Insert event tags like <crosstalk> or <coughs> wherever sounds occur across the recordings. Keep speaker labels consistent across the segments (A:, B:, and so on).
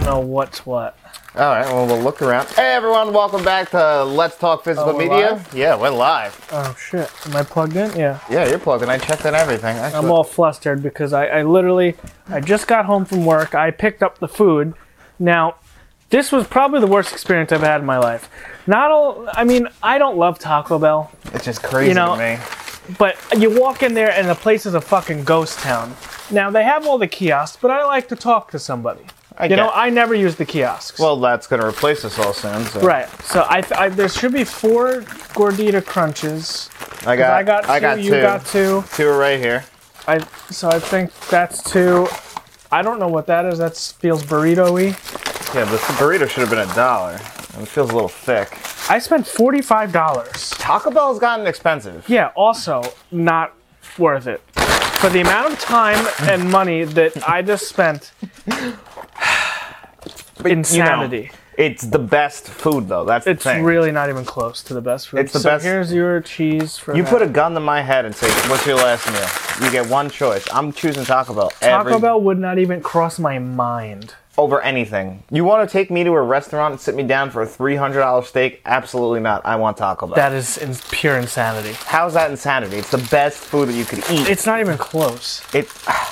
A: What's what?
B: All right, well, we'll look around. Hey, everyone, welcome back to Let's Talk Physical
A: Oh, we're
B: Media.
A: live?
B: Yeah, we're live.
A: Oh shit! Am I plugged in? Yeah.
B: Yeah, you're plugged in. I checked in everything.
A: I'm
B: Actually,
A: all flustered because I, I literally I just got home from work. I picked up the food. Now, this was probably the worst experience I've had in my life. Not all. I mean, I don't love Taco Bell,
B: it's just crazy
A: you know-
B: to me.
A: but you walk in there and the place is a fucking ghost town. Now they have all the kiosks, but I like to talk to somebody.
B: I
A: you know,
B: get-
A: I never use the kiosks.
B: Well, that's going to replace us all soon. So.
A: right. So I, I there should be four gordita crunches.
B: I got,
A: I got two.
B: I got
A: you
B: two.
A: got two.
B: Two are right here.
A: I so I think that's two. I don't know what that is. That feels burrito-y.
B: Yeah, this burrito should have been a dollar. It feels a little thick.
A: I spent forty-five dollars.
B: Taco Bell's gotten expensive.
A: Yeah, also not worth it for the amount of time
B: <laughs>
A: and money that I just spent.
B: But, you know,
A: Insanity.
B: it's the best food, though. That's
A: It's
B: the thing.
A: really not even close to the best food.
B: It's the
A: so
B: best-
A: Here's your cheese for
B: You
A: that.
B: put a gun to my head and say, "What's your last meal?" You get one choice. I'm choosing Taco Bell.
A: Taco
B: every-
A: Bell would not even cross my mind.
B: over anything. You want to take me to a restaurant and sit me down for a three hundred dollar steak? Absolutely not. I want Taco Bell.
A: That is in pure insanity.
B: How's that insanity? It's the best food that you could eat.
A: It's not even close.
B: it. <sighs>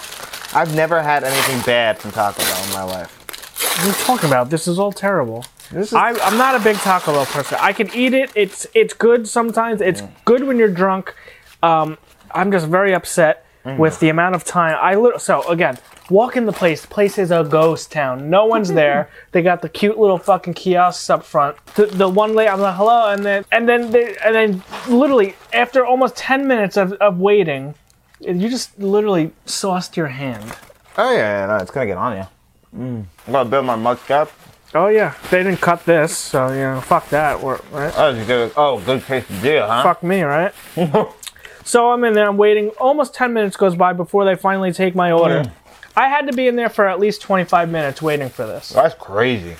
B: I've never had anything bad from Taco Bell in my life.
A: What are you talking about? This is all terrible.
B: This is
A: I, I'm not a big Taco Bell person. I can eat it. It's it's good sometimes. It's good when you're drunk. Um, I'm just very upset with the amount of time I lit- so again walk in the place. The place is a ghost town. No one's <laughs> there. They got the cute little fucking kiosks up front. The, the one lady, I'm like hello, and then and then they, and then literally after almost ten minutes of, of waiting, you just literally sauced your hand.
B: oh yeah, yeah, no, it's gonna get on you. I'm gonna build my mugshot.
A: Oh yeah, they didn't cut this, so you know fuck that. We're, right?
B: Oh, you do- oh, good quesadilla, huh?
A: fuck me, right? so I'm in there, I'm waiting. Almost 10 minutes goes by before they finally take my order. I had to be in there for at least 25 minutes waiting for this.
B: That's crazy.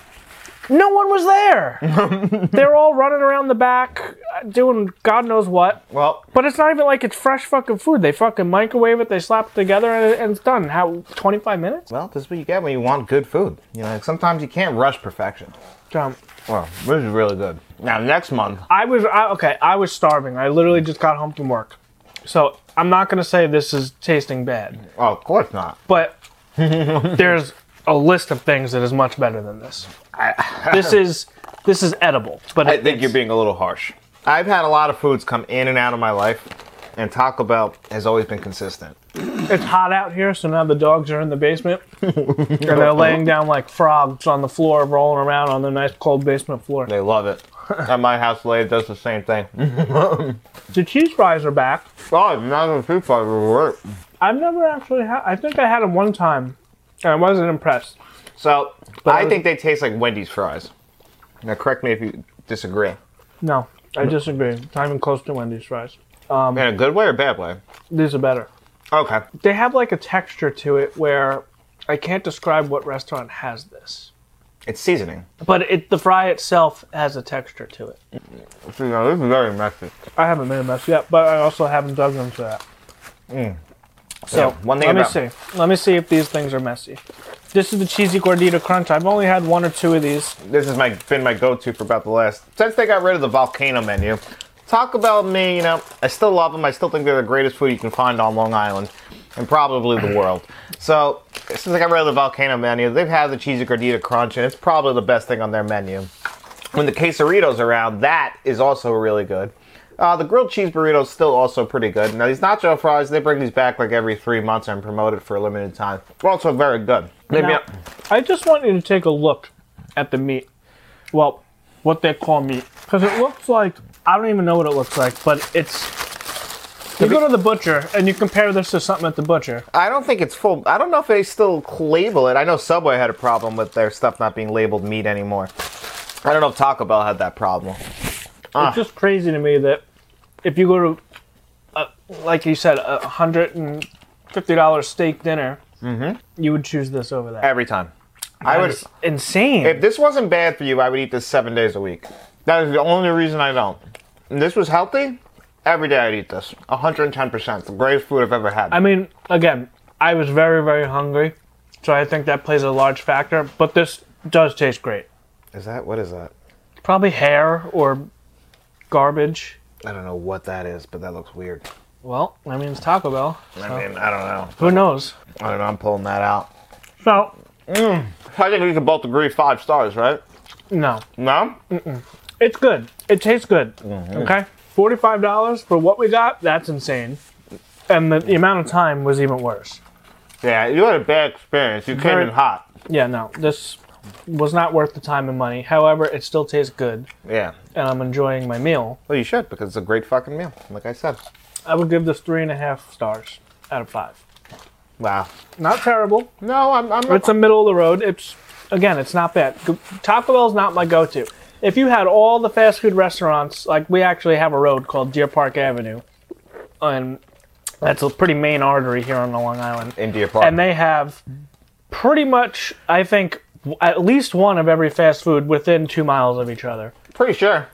A: No one was there. They're all running around the back uh, doing God knows what.
B: Well,
A: But it's not even like it's fresh fucking food. They fucking microwave it, they slap it together, and, and it's done. How, 25 minutes?
B: well, this is what you get when you want good food. You know, sometimes you can't rush perfection.
A: Jump.
B: Well, this is really good. Now, next month,
A: I was I, okay. I was starving. I literally just got home from work, so I'm not gonna say this is tasting bad.
B: oh, of course not.
A: but there's a list of things that is much better than this. this is this is edible, but
B: I think you're being a little harsh. I've had a lot of foods come in and out of my life, and Taco Bell has always been consistent.
A: it's hot out here, so now the dogs are in the basement and they're laying down like frogs on the floor, rolling around on the nice cold basement floor.
B: They love <laughs> it. At my house, Leia does the same thing.
A: The cheese fries are back.
B: Mm. Oh, not a food fight would work.
A: I've never actually had. I think I had them one time, and I wasn't impressed.
B: So,
A: I
B: I
A: was-
B: think they taste like Wendy's fries. Now, correct me if you disagree.
A: No, I disagree. It's not even close to Wendy's fries.
B: In a good way or bad way?
A: These are better.
B: Um, Okay.
A: They have like a texture to it where I can't describe what restaurant has this.
B: It's seasoning.
A: But it, the fry itself has a texture to it.
B: See, now, this is very messy.
A: I haven't made a mess yet, but I also haven't dug into that. So
B: Mm. Yeah, one thing
A: let
B: about-
A: me see. Let me see if these things are messy. This is the cheesy gordita crunch. I've only had one or two of these.
B: This has my, been my go to for about the last. Since they got rid of the volcano menu, Taco Bell, me, you know, I still love them. I still think they're the greatest food you can find on Long Island and probably the world. So, since I got rid of the volcano menu, they've had the cheesy gordita crunch, and it's probably the best thing on their menu. When the quesaritos around, that is also really good. Uh, the grilled cheese burrito is still also pretty good. Now, these nacho fries, they bring these back like every three months and promote it for a limited time. They're also very good. Maybe
A: Now,
B: I-
A: I just want you to take a look at the meat. Well, what they call meat, because it looks like I don't even know what it looks like, but it's. You go to the butcher and you compare this to something at the butcher.
B: I don't think it's full. I don't know if they still label it. I know Subway had a problem with their stuff not being labeled meat anymore. I don't know if Taco Bell had that problem.
A: It's
B: Ah.
A: just crazy to me that if you go to, a, like you said, a hundred and fifty dollars steak dinner, you would choose this over that.
B: Every time. I Mm-hmm. would.
A: It's insane.
B: If this wasn't bad for you, I would eat this seven days a week. That is the only reason I don't. And this was healthy. Every day I'd eat this. 110%. The greatest food I've ever had.
A: I mean, again, I was very very hungry, so I think that plays a large factor. But this does taste great.
B: Is that what is that?
A: Probably hair or garbage.
B: I don't know what that is, but that looks weird.
A: Well, I mean, it's Taco Bell.
B: I mean, I don't know.
A: Who knows?
B: I don't know. I'm pulling that out.
A: So,
B: I think we can both agree five stars, right?
A: no.
B: No.
A: It's good. It tastes good. Okay? $45 for what we got, that's insane. And the, the amount of time was even worse.
B: Yeah, you had a bad experience. You came
A: Very-
B: in hot.
A: Yeah, no. This was not worth the time and money. However, it still tastes good,
B: Yeah.
A: and I'm enjoying my meal.
B: Well, you should because it's a great fucking meal. Like I said.
A: I would give this three and a half stars out of five.
B: Wow.
A: Not terrible.
B: No, I'm. I'm
A: It's a middle of the road. It's again, it's not bad. Go- Taco Bell's not my go-to. If you had all the fast food restaurants, like we actually have a road called Deer Park Avenue, and that's a pretty main artery here on the Long Island.
B: into your part.
A: and they have pretty much i think w- at least one of every fast food within two miles of each other
B: Pretty sure.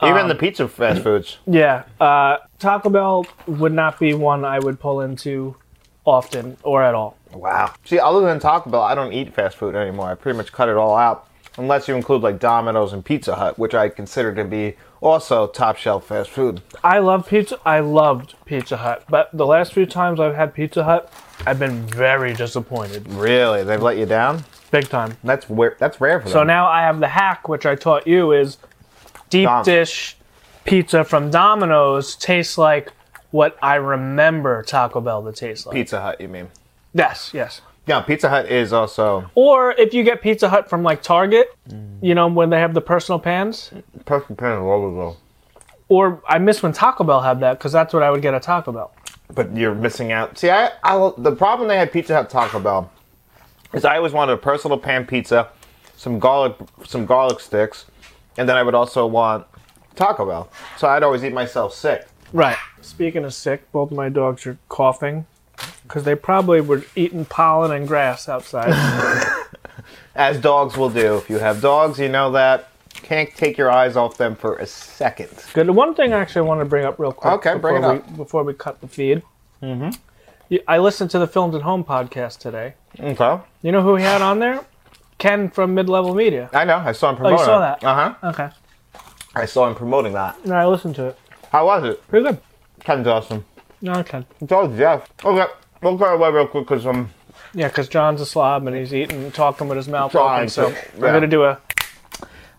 A: Um,
B: Even the pizza fast foods.
A: yeah uh, taco bell would not be one i would pull into often or at all
B: Wow. See, other than Taco Bell, I don't eat fast food anymore. I pretty much cut it all out, unless you include like Domino's and Pizza Hut, which I consider to be also top shelf fast food.
A: i love pizza i loved pizza hut but the last few times i've had pizza hut i've been very disappointed
B: Really, they've let you down.
A: big time
B: That's where that's rare for them.
A: so now i have the hack which i taught you is deep
B: Dom.
A: dish pizza from domino's tastes like what i remember taco bell to taste like
B: Pizza Hut, you mean?
A: yes yes
B: Yeah, Pizza Hut is also
A: Or if you get Pizza Hut from like Target,
B: Mm.
A: you know, when they have the personal pans.
B: perfect pan of Louisville.
A: Or I miss when Taco Bell had that because that's what I would get at Taco Bell.
B: But you're missing out. See, I, I the problem they had Pizza Hut, Taco Bell, is I always wanted a personal pan pizza, some garlic, some garlic sticks, and then I would also want Taco Bell. So I'd always eat myself sick.
A: Right. Speaking of sick, both my dogs are coughing because they probably were eating pollen and grass
B: <laughs>
A: outside.
B: as dogs will do. If you have dogs, you know that. Can't take your eyes off them for a second.
A: Good. One thing I actually want to bring up real quick.
B: Okay,
A: before
B: bring it
A: we,
B: up.
A: Before we cut the feed. Mm-hmm. I listened to the Filmed at Home podcast today.
B: Okay.
A: You know who he had on there? Ken from Mid Level Media.
B: I know. I saw him promoting.
A: Oh, saw that.
B: Uh huh.
A: Okay.
B: I saw him promoting that.
A: No, I listened to it.
B: How was it?
A: Pretty good.
B: Ken's awesome.
A: No, Ken.
B: It's all Jeff. Okay. We'll go away real quick because I'm
A: Yeah, because John's a slob and he's eating, and talking with his mouth
B: Trying
A: open. So
B: to-
A: we're
B: yeah.
A: gonna do a.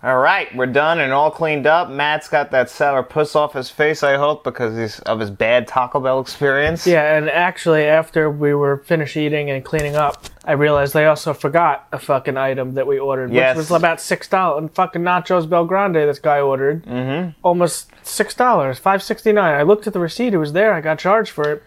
B: All right, we're done and all cleaned up. Matt's got that sour puss off his face, I hope, because he's of his bad Taco Bell experience.
A: Yeah, and actually, after we were finished eating and cleaning up, I realized they also forgot a fucking item that we ordered,
B: Yes.
A: which was about six dollars. And fucking nachos Belgrande, this guy ordered, mm-hmm. almost six dollars, five sixty nine. I looked at the receipt; it was there. I got charged for it.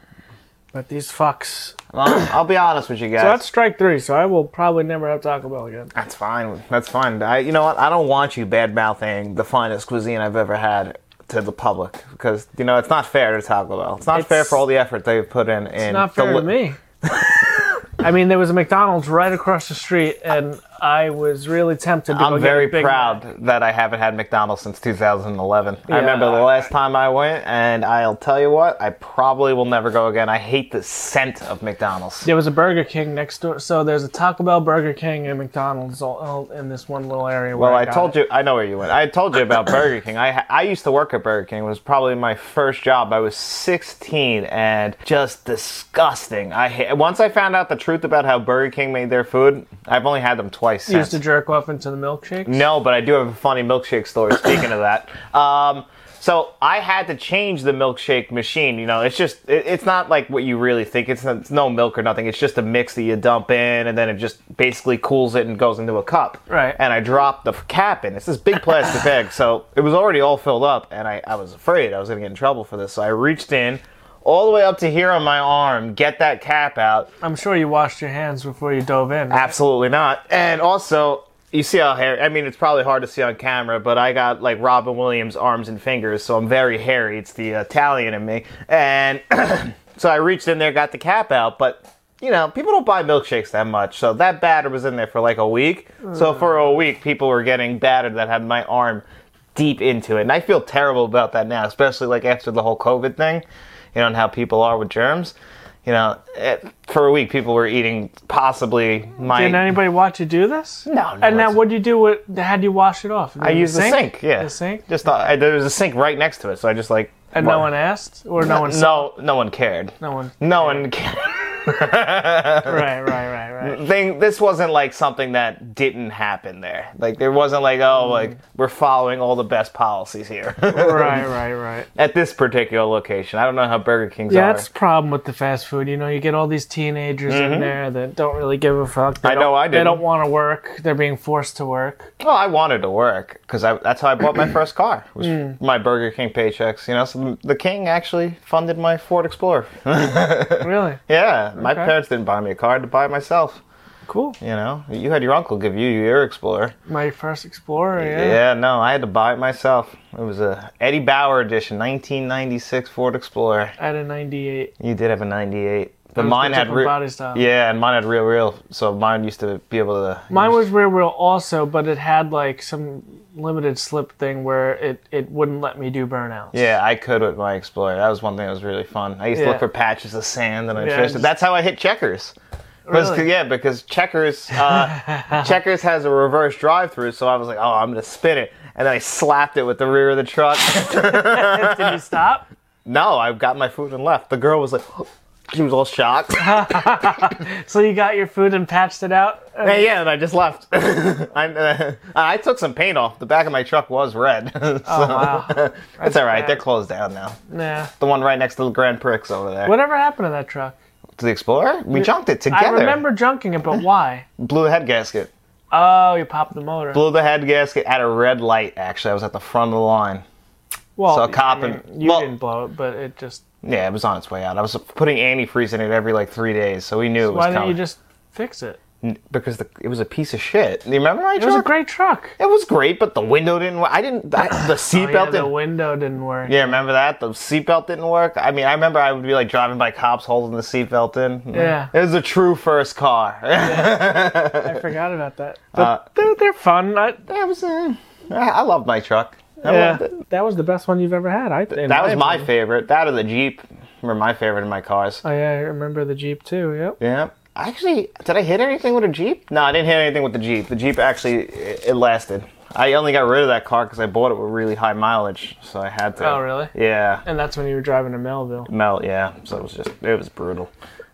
A: But these fucks.
B: Well, I'll be honest with you guys.
A: So that's strike three. So I will probably never have Taco Bell again.
B: That's fine. That's fine. I, you know what? I don't want you bad mouthing the finest cuisine I've ever had to the public because you know it's not fair to Taco Bell. It's not
A: It's-
B: fair for all the effort they've put in. It's
A: Not fair to
B: <laughs>
A: me. I mean, there was a McDonald's right across the street, and I was really tempted to go
B: I'm
A: get a
B: very
A: Big
B: proud
A: Mac.
B: that I haven't had McDonald's since 2011.
A: Yeah.
B: I remember the last time I went, and I'll tell you what, I probably will never go again. I hate the scent of McDonald's.
A: There was a Burger King next door, so there's a Taco Bell, Burger King, and McDonald's all, all in this one little area. Where
B: Well,
A: I,
B: I
A: got
B: told
A: it.
B: you, I know where you went. I told you about
A: <coughs>
B: Burger King. I ha- I used to work at Burger King. It was probably my first job. I was 16 and just disgusting. I ha- once I found out the truth about how Burger King made their food, I've only had them twice
A: you used
B: since.
A: to jerk off into the milkshakes.
B: no, but I do have a funny milkshake story.
A: <coughs>
B: Speaking of that, um, so I had to change the milkshake machine. You know, it's just it, it's not like what you really think. It's, not, it's no milk or nothing. It's just a mix that you dump in, and then it just basically cools it and goes into a cup.
A: Right.
B: And I dropped the f- cap in. It's this big
A: <coughs>
B: plastic bag, so it was already all filled up, and I, I was afraid I was gonna get in trouble for this. So I reached in. All the way up to here on my arm, get that cap out,
A: I'm sure you washed your hands before you dove in.
B: Absolutely not. And also, you see how hairy. I mean, it's probably hard to see on camera, but I got like Robin Williams arms and fingers, so I'm very hairy. It's the Italian in me. And <clears throat> so I reached in there, got the cap out, but. You know, people don't buy milkshakes that much, so that batter was in there for like a week. So for a week, people were getting batter that had my arm deep into it, and I feel terrible about that now, especially like after the whole COVID thing, you know, and how people are with germs. You know, it, for a week, people were eating possibly my.
A: Did anybody watch you do this?
B: No, no,
A: And now,
B: it's-
A: what do you do? With, how do you wash it off?
B: I used the sink. Yeah,
A: The sink?
B: Just thought I, there was a sink right next to it, so I just like.
A: And no
B: wa-
A: one asked, or no one. saw?
B: No, no one cared.
A: No
B: <laughs>
A: one.
B: No one cared.
A: Right, right, right, right.
B: <laughs> Thing, this wasn't like something that didn't happen there. Like there wasn't like
A: Mm.
B: oh like we're following all the best policies here
A: right, right, right.
B: <laughs> at this particular location. I don't know how Burger King's
A: Yeah,
B: are.
A: that's the problem with the fast food. You know, you get all these teenagers in there that don't really give a fuck. They
B: Mm-hmm. I know
A: don't-
B: I
A: They
B: didn't.
A: don't want to work. They're being forced to
B: <laughs>
A: work.
B: Well, I wanted to work because that's how I
A: <clears throat>
B: bought my first car. Was
A: Mm.
B: my Burger King paychecks, you know. So the King actually funded my Ford Explorer. <laughs>
A: Really?
B: yeah, my
A: Okay.
B: parents didn't buy me a car; I had to buy it myself.
A: Cool.
B: You know, you had your uncle give you your Explorer.
A: My first Explorer.
B: Yeah, no, I had to buy it myself. It was a Eddie Bauer edition, 1996 Ford Explorer.
A: I had a 98.
B: You did have a 98, but
A: was
B: mine
A: the
B: had
A: different
B: re-
A: body style.
B: yeah, and mine had real, real. So mine used to be able to.
A: Mine was rear wheel also, but it had like some limited slip thing where it, it wouldn't let me do burnouts.
B: Yeah, I could with my Explorer. That was one thing that was really fun. I used to
A: Yeah.
B: look for patches of sand and I
A: Yeah,
B: yeah,
A: just-
B: That's how I hit checkers. Was-
A: Really?
B: Yeah, because checkers uh,
A: <laughs>
B: checkers has a reverse drive through, so I was like, oh, I'm gonna spin it, and then I slapped it with the rear of the truck. <laughs>
A: Did you stop?
B: no, I got my food and left. The girl was like, she was all shocked.
A: So you got your food and patched it out? Uh,
B: Hey, yeah, and I just left. <laughs> I, uh, I took some paint off. The back of my truck was red. <laughs> so
A: Oh, wow.
B: it's all right.
A: bad.
B: They're closed down now.
A: Nah.
B: The one right next to the Grand Prix over there.
A: Whatever happened to that truck?
B: To the Explorer? We junked it together.
A: I remember junking it, but why?
B: Blew the head gasket.
A: Oh, you popped the motor.
B: Blew the head gasket at a red light, actually. I was at the front of the line.
A: well,
B: so a cop
A: I mean,
B: and-
A: you
B: well-
A: didn't blow it, but it just.
B: Yeah, it was on its way out. I was putting antifreeze in it every like three days, so we knew it was
A: Why didn't
B: coming.
A: you just fix it?
B: because the, it was a piece of shit. You remember my
A: It was a
B: truck?
A: great truck.
B: it was great, but the window didn't work. I didn't. I,
A: <clears throat>
B: the
A: Oh,
B: seatbelt
A: yeah,
B: didn't
A: the window didn't work.
B: Yeah, remember that? The seatbelt didn't work. I mean, I remember I would be like driving by cops holding the seatbelt in. Mm-hmm.
A: Yeah.
B: It was a true first car. <laughs>
A: I forgot about that. But
B: Uh,
A: they're, they're fun. I,
B: that was uh, I I loved my truck. I
A: yeah,
B: loved it.
A: that was the best one you've ever had. I in
B: That was my
A: opinion.
B: favorite. That or the Jeep were my favorite in my cars.
A: Oh yeah, I remember the Jeep too. Yep.
B: Yeah. Actually, did I hit anything with a Jeep? No, I didn't hit anything with the Jeep. The Jeep actually, it, it lasted. I only got rid of that car because I bought it with really high mileage, so I had to.
A: Oh, really?
B: Yeah.
A: And that's when you were driving to Melville.
B: Melt, yeah. So it was just, it was brutal.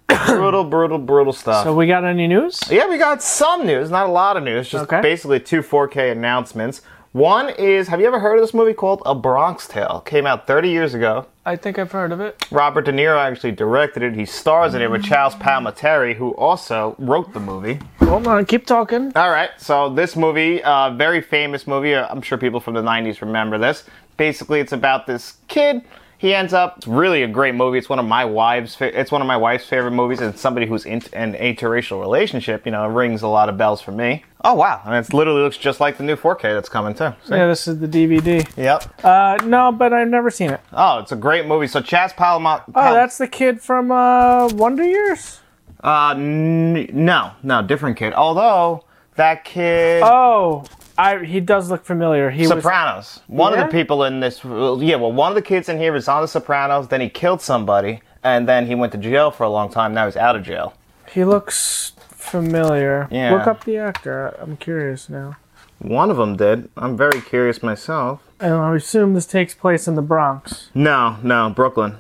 B: brutal, brutal, brutal stuff.
A: So we got any news?
B: Yeah, we got some news, not a lot of news, just
A: Okay.
B: basically two 4K announcements. One is have you ever heard of this movie called A Bronx Tale? Came out 30 years ago.
A: I think I've heard of it.
B: Robert De Niro actually directed it. He stars in it with Charles Palmateri, who also wrote the movie.
A: Hold on, keep talking.
B: All right, so this movie, uh, very famous movie. uh, I'm sure people from the 90s remember this. Basically, it's about this kid. He ends up. It's really a great movie. It's one of my wife's. Fa- it's one of my wife's favorite movies, and somebody who's in an interracial relationship, you know, it rings a lot of bells for me. Oh wow! And it literally looks just like the new 4K that's coming too. See?
A: Yeah, this is the DVD.
B: Yep.
A: Uh, no, but I've never seen it.
B: Oh, it's a great movie. So Chaz Palma.
A: Oh, that's the kid from uh, Wonder Years.
B: Uh, n- no, no, different kid. Although that kid.
A: Oh, I he does look familiar. He was
B: Sopranos. One
A: Yeah?
B: of the people in this, well, yeah, well, one of the kids in here was on The Sopranos. Then he killed somebody, and then he went to jail for a long time. Now he's out of jail.
A: he looks familiar.
B: Yeah.
A: Look up the actor. I'm curious now.
B: One of them did. I'm very curious myself.
A: And I assume this takes place in the Bronx.
B: No, no, Brooklyn.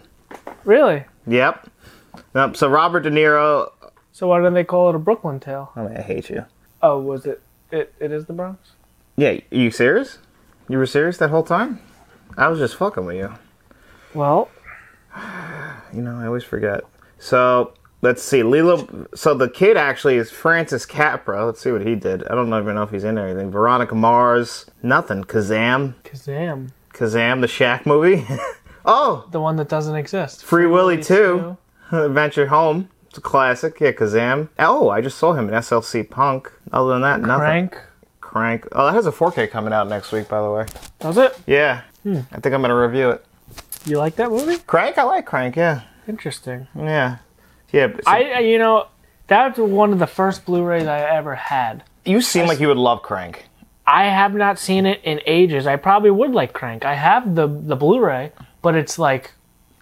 A: Really?
B: Yep. Yep. So Robert De Niro.
A: So why do they call it a Brooklyn Tale?
B: I, mean, I hate you.
A: Oh, was it? It it is the Bronx.
B: Yeah, you serious? You were serious that whole time? I was just fucking with you.
A: Well,
B: You know, I always forget. So let's see, Lilo. So the kid actually is Francis Capra. Let's see what he did. I don't even know if he's in anything. Veronica Mars, nothing. Kazam,
A: Kazam,
B: Kazam, the Shack movie. <laughs> oh,
A: the one that doesn't exist.
B: Free, Willy,
A: Willy
B: Two, Adventure Home. It's a classic. Yeah, Kazam. Oh, I just saw him in SLC Punk. Other than that, nothing.
A: Crank.
B: Crank. Oh, that has a 4K coming out next week, by the way.
A: Does it?
B: Yeah.
A: Hmm.
B: I think I'm gonna review it.
A: You like that movie?
B: Crank. I like Crank. Yeah.
A: Interesting.
B: Yeah. Yeah. but-
A: I I- you know that's one of the first Blu-rays I ever had.
B: you seem like you would love Crank.
A: I have not seen it in ages. I probably would like Crank. I have the the Blu-ray, but it's like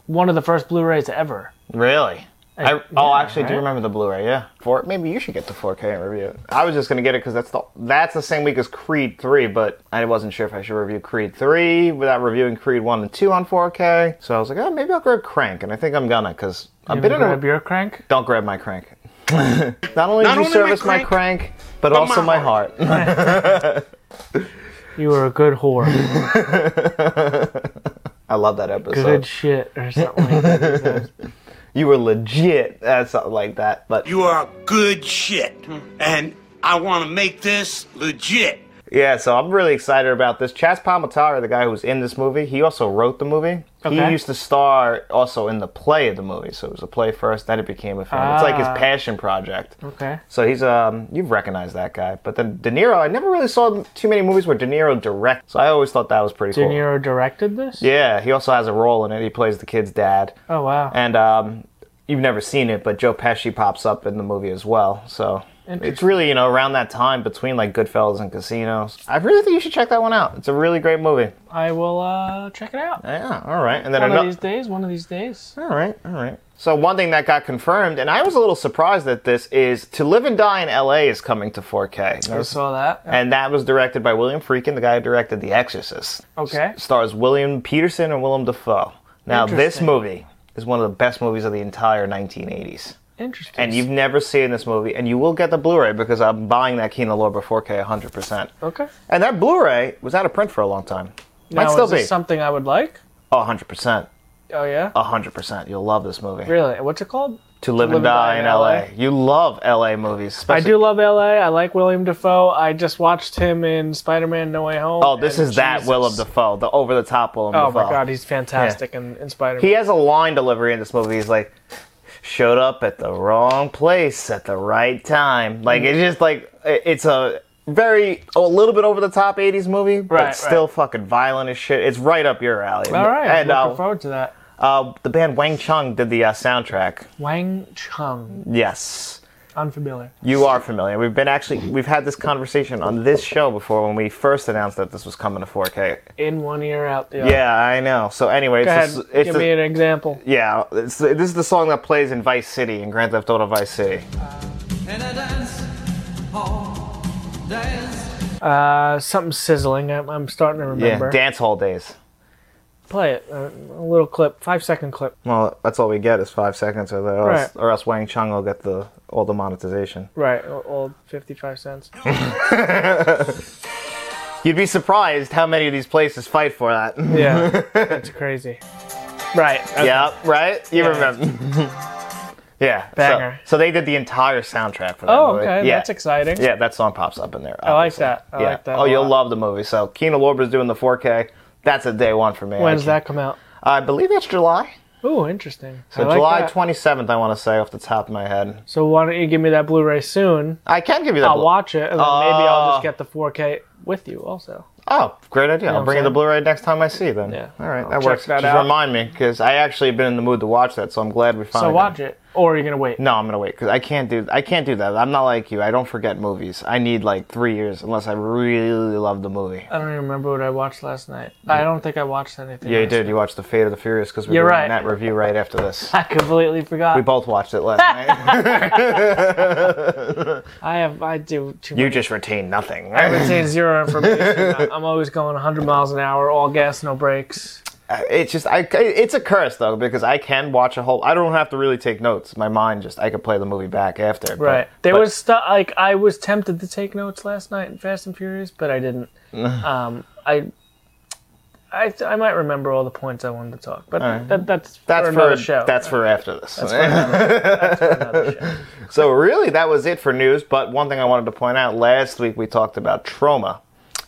A: one of the first Blu-rays ever.
B: Really? I, oh, actually, I do remember the Blu-ray. Yeah, four. Maybe you should get the 4K and review it. I was just gonna get it because that's the that's the same week as Creed 3, but I wasn't sure if I should review Creed 3 without reviewing Creed 1 and 2 on 4K. So I was like, oh, maybe I'll grab Crank, and I think I'm gonna because I've been in a
A: grab your crank.
B: don't grab my crank. <laughs> Not only
C: Not
B: do you
C: only my
B: service my
C: crank,
B: crank, but, also my
C: my
B: heart. <laughs>
A: You were a good whore.
B: I love that episode.
A: Good shit or something. Like that. <laughs>
B: You were legit, uh, something like that. But
C: You are good shit. And I want to make this legit.
B: Yeah, so I'm really excited about this. Chaz Palminteri, the guy who's in this movie, he also wrote the movie. He
A: Okay.
B: used to star also in the play of the movie, so it was a play first, then it became a film. It's like his
A: Ah.
B: passion project.
A: Okay.
B: So he's um, you've recognized that guy. But then De Niro, I never really saw too many movies where De Niro direct, so I always thought that was pretty
A: De
B: cool.
A: Niro directed this.
B: Yeah, he also has a role in it. He plays the kid's dad.
A: Oh wow.
B: And um, you've never seen it, but Joe Pesci pops up in the movie as well. So it's
A: Interesting.
B: really you know around that time between like Goodfellas and Casinos. I really think you should check that one out. It's a really great movie.
A: I will uh, check it out.
B: Yeah, all right. And then
A: One of
B: another.
A: these days. One of these days.
B: All right, all right. So one thing that got confirmed, and I was a little surprised at this, is To Live and Die in L.A. is coming to 4K.
A: I saw that.
B: And that was directed by William Freakin, the guy who directed The Exorcist.
A: Okay.
B: S- stars William Peterson and Willem Dafoe. Now, this
A: Interesting.
B: movie is one of the best movies of the entire 1980s.
A: Interesting.
B: And you've never seen this movie, and you will get the Blu-ray because I'm buying that Kino Lorber 4K 100%.
A: okay.
B: And that Blu-ray was out of print for a long time. Might
A: Now,
B: still
A: is
B: be. Uh,
A: this something I would like?
B: oh, 100%.
A: Oh yeah.
B: 100%. You'll love this movie.
A: Really? What's it called?
B: To Live, and Die, in LA. You love LA movies.
A: I
B: Especially-
A: do love LA. I like William Defoe. I just watched him in Spider-Man: No Way Home.
B: Oh, this
A: and
B: is that
A: Jesus.
B: Willem Dafoe, the over-the-top Willem
A: Oh
B: Dafoe.
A: my God, he's fantastic in, in Spider-Man.
B: He has a line delivery in this movie. He's like, showed up at the wrong place at the right time. Like, it's just like, it- it's a very, a little bit over the top 80s movie, but
A: Right,
B: still
A: right.
B: fucking violent as shit. It's right up your alley.
A: All right,
B: And
A: I'm looking
B: uh,
A: forward to that.
B: uh, the band Wang Chung did the uh, soundtrack.
A: Wang Chung,
B: Yes.
A: unfamiliar.
B: You are familiar. We've been actually, we've had this conversation on this show before when we first announced that this was coming to 4K.
A: In one ear, out the other.
B: Yeah, I know. So anyway,
A: Go ahead,
B: it's, a- it's
A: give
B: a-
A: me an example.
B: Yeah, it's, this is the song that plays in Vice City in Grand Theft Auto Vice City.
D: And I dance all dance.
A: Uh, something sizzling. I'm, I'm starting to remember.
B: Yeah, Dance Hall Days.
A: Play it. A, a little clip, five second clip.
B: Well, that's all we get is five seconds, or else,
A: Right.
B: or else Wang Chung will get the all the monetization.
A: Right, o- old fifty-five
B: <laughs>
A: cents.
B: You'd be surprised how many of these places fight for that. <laughs>
A: Yeah, that's crazy. Right. Uh, okay.
B: yeah, right. You
A: Yeah.
B: remember? <laughs> yeah, so-
A: Banger.
B: So, they did the entire soundtrack for that.
A: Oh,
B: movie.
A: okay.
B: Yeah.
A: That's exciting.
B: Yeah, that song pops up in there.
A: I like
B: obviously.
A: that. I
B: yeah.
A: like that.
B: Oh,
A: a
B: you'll
A: lot.
B: love the movie. So Kino Lorber's doing the 4K. That's a day one for me.
A: When's
B: I
A: that come out?
B: can't- I believe that's July.
A: Ooh, interesting.
B: So
A: I like
B: July
A: that.
B: 27th, I want to say off the top of my head.
A: So why don't you give me that Blu-ray soon?
B: I can give you that.
A: I'll
B: Blu-
A: watch it, and then maybe I'll
B: Oh.
A: just get the 4K with you also.
B: Oh, great idea! I'll
A: what
B: bring you
A: I'm
B: the
A: saying?
B: Blu-ray next time I see you then.
A: Yeah.
B: All right,
A: I'll
B: that
A: check
B: works.
A: that
B: Just
A: out.
B: remind me because I actually been in the mood to watch that, so I'm glad we
A: So
B: finally. got
A: watch it, or you're gonna wait.
B: No, I'm gonna wait because I can't do I can't do that. I'm not like you. I don't forget movies. I need like three years unless I really love the movie.
A: I don't even remember what I watched last night. I don't think I watched anything.
B: yeah, you
A: last
B: did. You watched the Fate of the Furious because we
A: You're
B: were
A: right.
B: doing that review right after this.
A: night. I completely forgot.
B: we both watched
A: <laughs>
B: it last night.
A: I have. I do too
B: You
A: much.
B: just retain nothing.
A: Retain zero information.
B: <laughs>
A: I- I'm always going 100 miles an hour, all gas, no brakes.
B: it's just I it's a curse though because I can watch a whole I don't have to really take notes. My mind just I could play the movie back after. but-
A: Right. There
B: but-
A: was stuff like I was tempted to take notes last night in Fast and Furious, but I
B: <laughs>
A: didn't. um, I. I, I might remember all the points I wanted to talk, but that, that's
B: that's
A: for
B: for,
A: another show.
B: That's for after this.
A: another show.
B: <laughs> so really, that was it for news. But one thing I wanted to point out: last week we talked about trauma,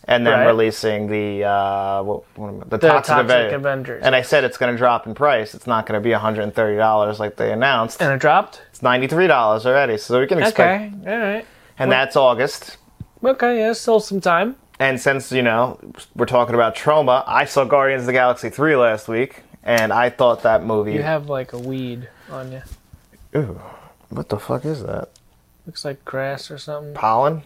B: and then
A: Right.
B: releasing the uh, what, what am I- the,
A: Toxic
B: Avenger.
A: Avengers.
B: And I said it's going to drop in price. It's not going to be one hundred and thirty dollars like they announced.
A: And it dropped.
B: It's ninety three dollars already, so we can expect.
A: Okay. All right.
B: And that's August.
A: Okay. Yeah. Still some time.
B: And since, you know, we're talking about trauma, I saw Guardians of the Galaxy 3 last week, and I thought that movie.
A: You have like a weed on you.
B: what the fuck is that?
A: Looks like grass or something.
B: Pollen?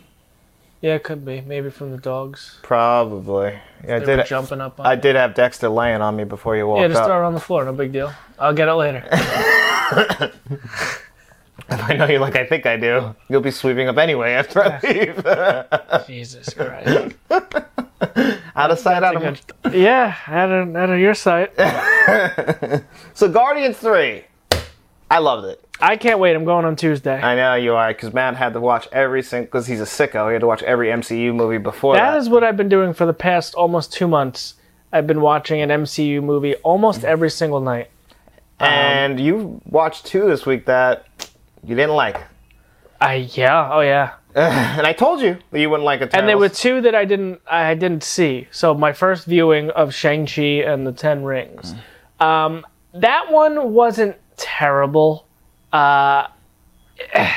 A: Yeah, it could be. Maybe from the dogs.
B: Probably. Yeah, I
A: They were
B: did,
A: jumping up on
B: I
A: it.
B: did have Dexter laying on me before you
A: Yeah,
B: walked
A: just
B: up.
A: throw it on the floor. No big deal. I'll get it later.
B: <laughs> I know you like I think I do. You'll be sweeping up anyway after I
A: <laughs>
B: leave.
A: Jesus Christ.
B: out of sight, out of mind.
A: <laughs> yeah, out of, out of your sight.
B: So Guardians Three, I loved it.
A: I can't wait. I'm going on Tuesday.
B: I know you are because Matt had to watch every single because he's a sicko. He had to watch every MCU movie before that.
A: That is what I've been doing for the past almost two months. I've been watching an MCU movie almost every single night. um,
B: and you watched two this week that you didn't like.
A: I yeah, oh yeah.
B: And I told you that you wouldn't like Eternals.
A: And there were two that I didn't I didn't see. So my first viewing of Shang Chi and the Ten Rings. Um, that one wasn't terrible. Uh, <sighs>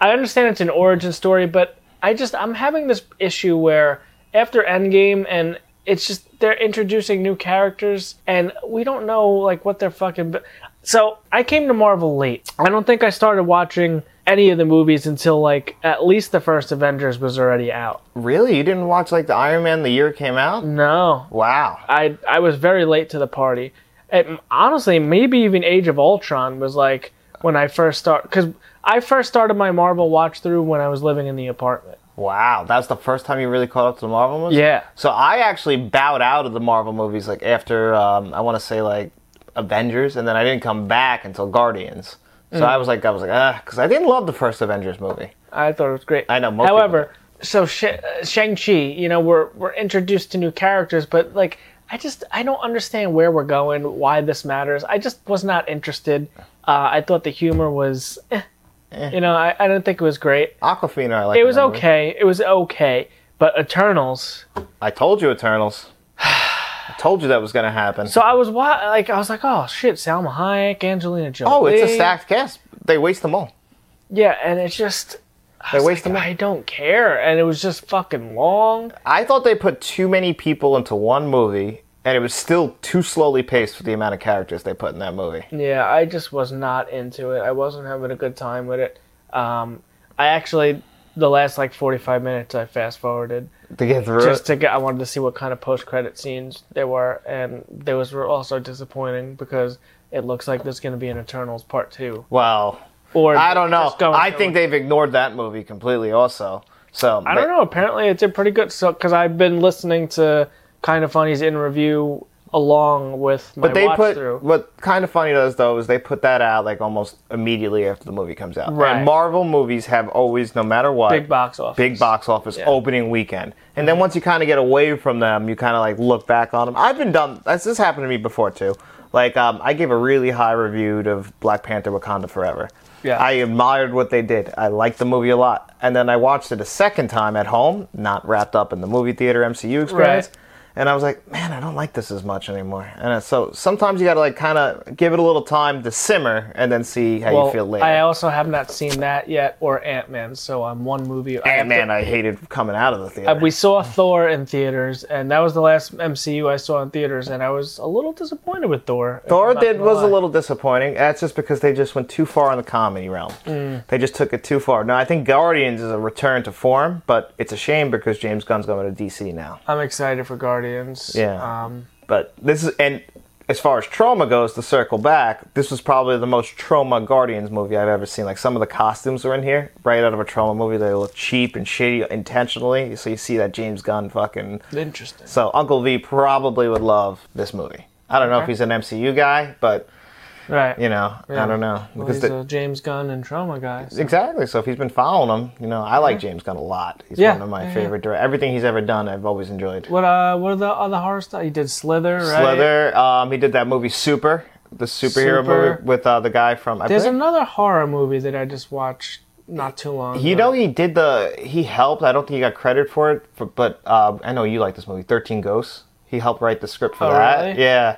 A: I understand it's an origin story, but I just I'm having this issue where after Endgame and it's just they're introducing new characters and we don't know like what they're fucking. But so I came to Marvel late. I don't think I started watching any of the movies until like at least the first Avengers was already out.
B: really, you didn't watch like the Iron Man the year it came out.
A: Mm. No,
B: Wow.
A: I I was very late to the party. And honestly, maybe even Age of Ultron was like when I first start because I first started my Marvel watch through when I was living in the apartment.
B: Wow, that was the first time you really caught up to the Marvel movies.
A: Yeah.
B: So I actually bowed out of the Marvel movies like after um, I want to say like Avengers, and then I didn't come back until Guardians. So
A: Mm.
B: I was like, I was like, ah, because I didn't love the first Avengers movie.
A: I thought it was great.
B: I know, most
A: However, so Sh- uh, Shang Chi, you know, we're we're introduced to new characters, but like I just I don't understand where we're going, why this matters. I just was not interested. Uh, I thought the humor was, eh. you know, I, I didn't think it was great.
B: Aquafina, I like.
A: It was okay. It was okay. But Eternals,
B: I told you Eternals.
A: <sighs>
B: I told you that was gonna happen.
A: So I was wa- like, I was like, oh shit, Salma Hayek, Angelina Jolie.
B: oh, it's a stacked cast. They waste them all.
A: Yeah, and it's just
B: They
A: like,
B: waste them all.
A: I don't care, and it was just fucking long.
B: I thought they put too many people into one movie, and it was still too slowly paced for the amount of characters they put in that movie.
A: Yeah, I just was not into it. I wasn't having a good time with it. Um, I actually the last like forty five minutes I fast forwarded
B: To get through
A: just
B: it.
A: to get. I wanted to see what kind of post credit scenes there were, and they was were also disappointing because it looks like there's going to be an Eternals part two.
B: Well,
A: Or
B: I don't know.
A: just going
B: I
A: to-
B: think they've ignored that movie completely. Also, so
A: I don't know. Apparently, it did pretty good. So, because I've been listening to Kind of Funny's in review along with my
B: But they
A: watch
B: put
A: through.
B: what kind of funny does though is they put that out like almost immediately after the movie comes out.
A: Right.
B: And Marvel movies have always, no matter what,
A: Big box office. Mm-hmm.
B: big box office opening weekend. And then once you kind of get away from them, you kind of like look back on them. I've been done. This has happened to me before too. Like um, I gave a really high review to Black Panther: Wakanda Forever.
A: Yeah.
B: I admired what they did. I liked the movie a lot. And then I watched it a second time at home, not wrapped up in the movie theater MCU experience.
A: Right.
B: And I was like, man, I don't like this as much anymore. And it's- so sometimes you got to like kind of give it a little time to simmer and then see how
A: Well,
B: you feel later.
A: I also have not seen that yet, or Ant Man. So I'm one movie. I have
B: and man,
A: to-
B: I hated coming out of the theater.
A: uh, we saw Thor in theaters, and that was the last MCU I saw in theaters, and I was a little disappointed with Thor. if
B: Thor
A: I'm not
B: did
A: gonna
B: was a
A: lie.
B: little disappointing. That's just because they just went too far in the comedy realm.
A: Mm.
B: They just took it too far. Now I think Guardians is a return to form, but it's a shame because James Gunn's going to DC now.
A: I'm excited for Guardians.
B: Yeah.
A: Um,
B: But this is and as far as trauma goes, to circle back, this was probably the most trauma Guardians movie I've ever seen. Like some of the costumes are in here, right out of a trauma movie. They look cheap and shitty intentionally. So you see that James Gunn fucking.
A: interesting.
B: So Uncle V probably would love this movie. I don't know if he's an MCU guy, but
A: Right.
B: you know, I don't know
A: Well,
B: because
A: he's
B: the-
A: a James Gunn and Trauma guy. so-
B: Exactly. So if he's been following him, you know, I like James Gunn a lot. He's
A: Yeah.
B: one of my
A: Yeah, yeah.
B: favorite directors. Everything he's ever done, I've always enjoyed.
A: What uh? What are the other horror stuff? You did Slither, right?
B: Slither. Um, he did that movie Super, the superhero
A: Super.
B: movie with uh, the guy from. I
A: There's
B: believe-
A: another horror movie that I just watched not too long.
B: you
A: ago.
B: know, he did the. He helped. I don't think he got credit for it, for, but uh, I know you like this movie, Thirteen Ghosts. He helped write the script for
A: Oh,
B: that.
A: really?
B: Yeah,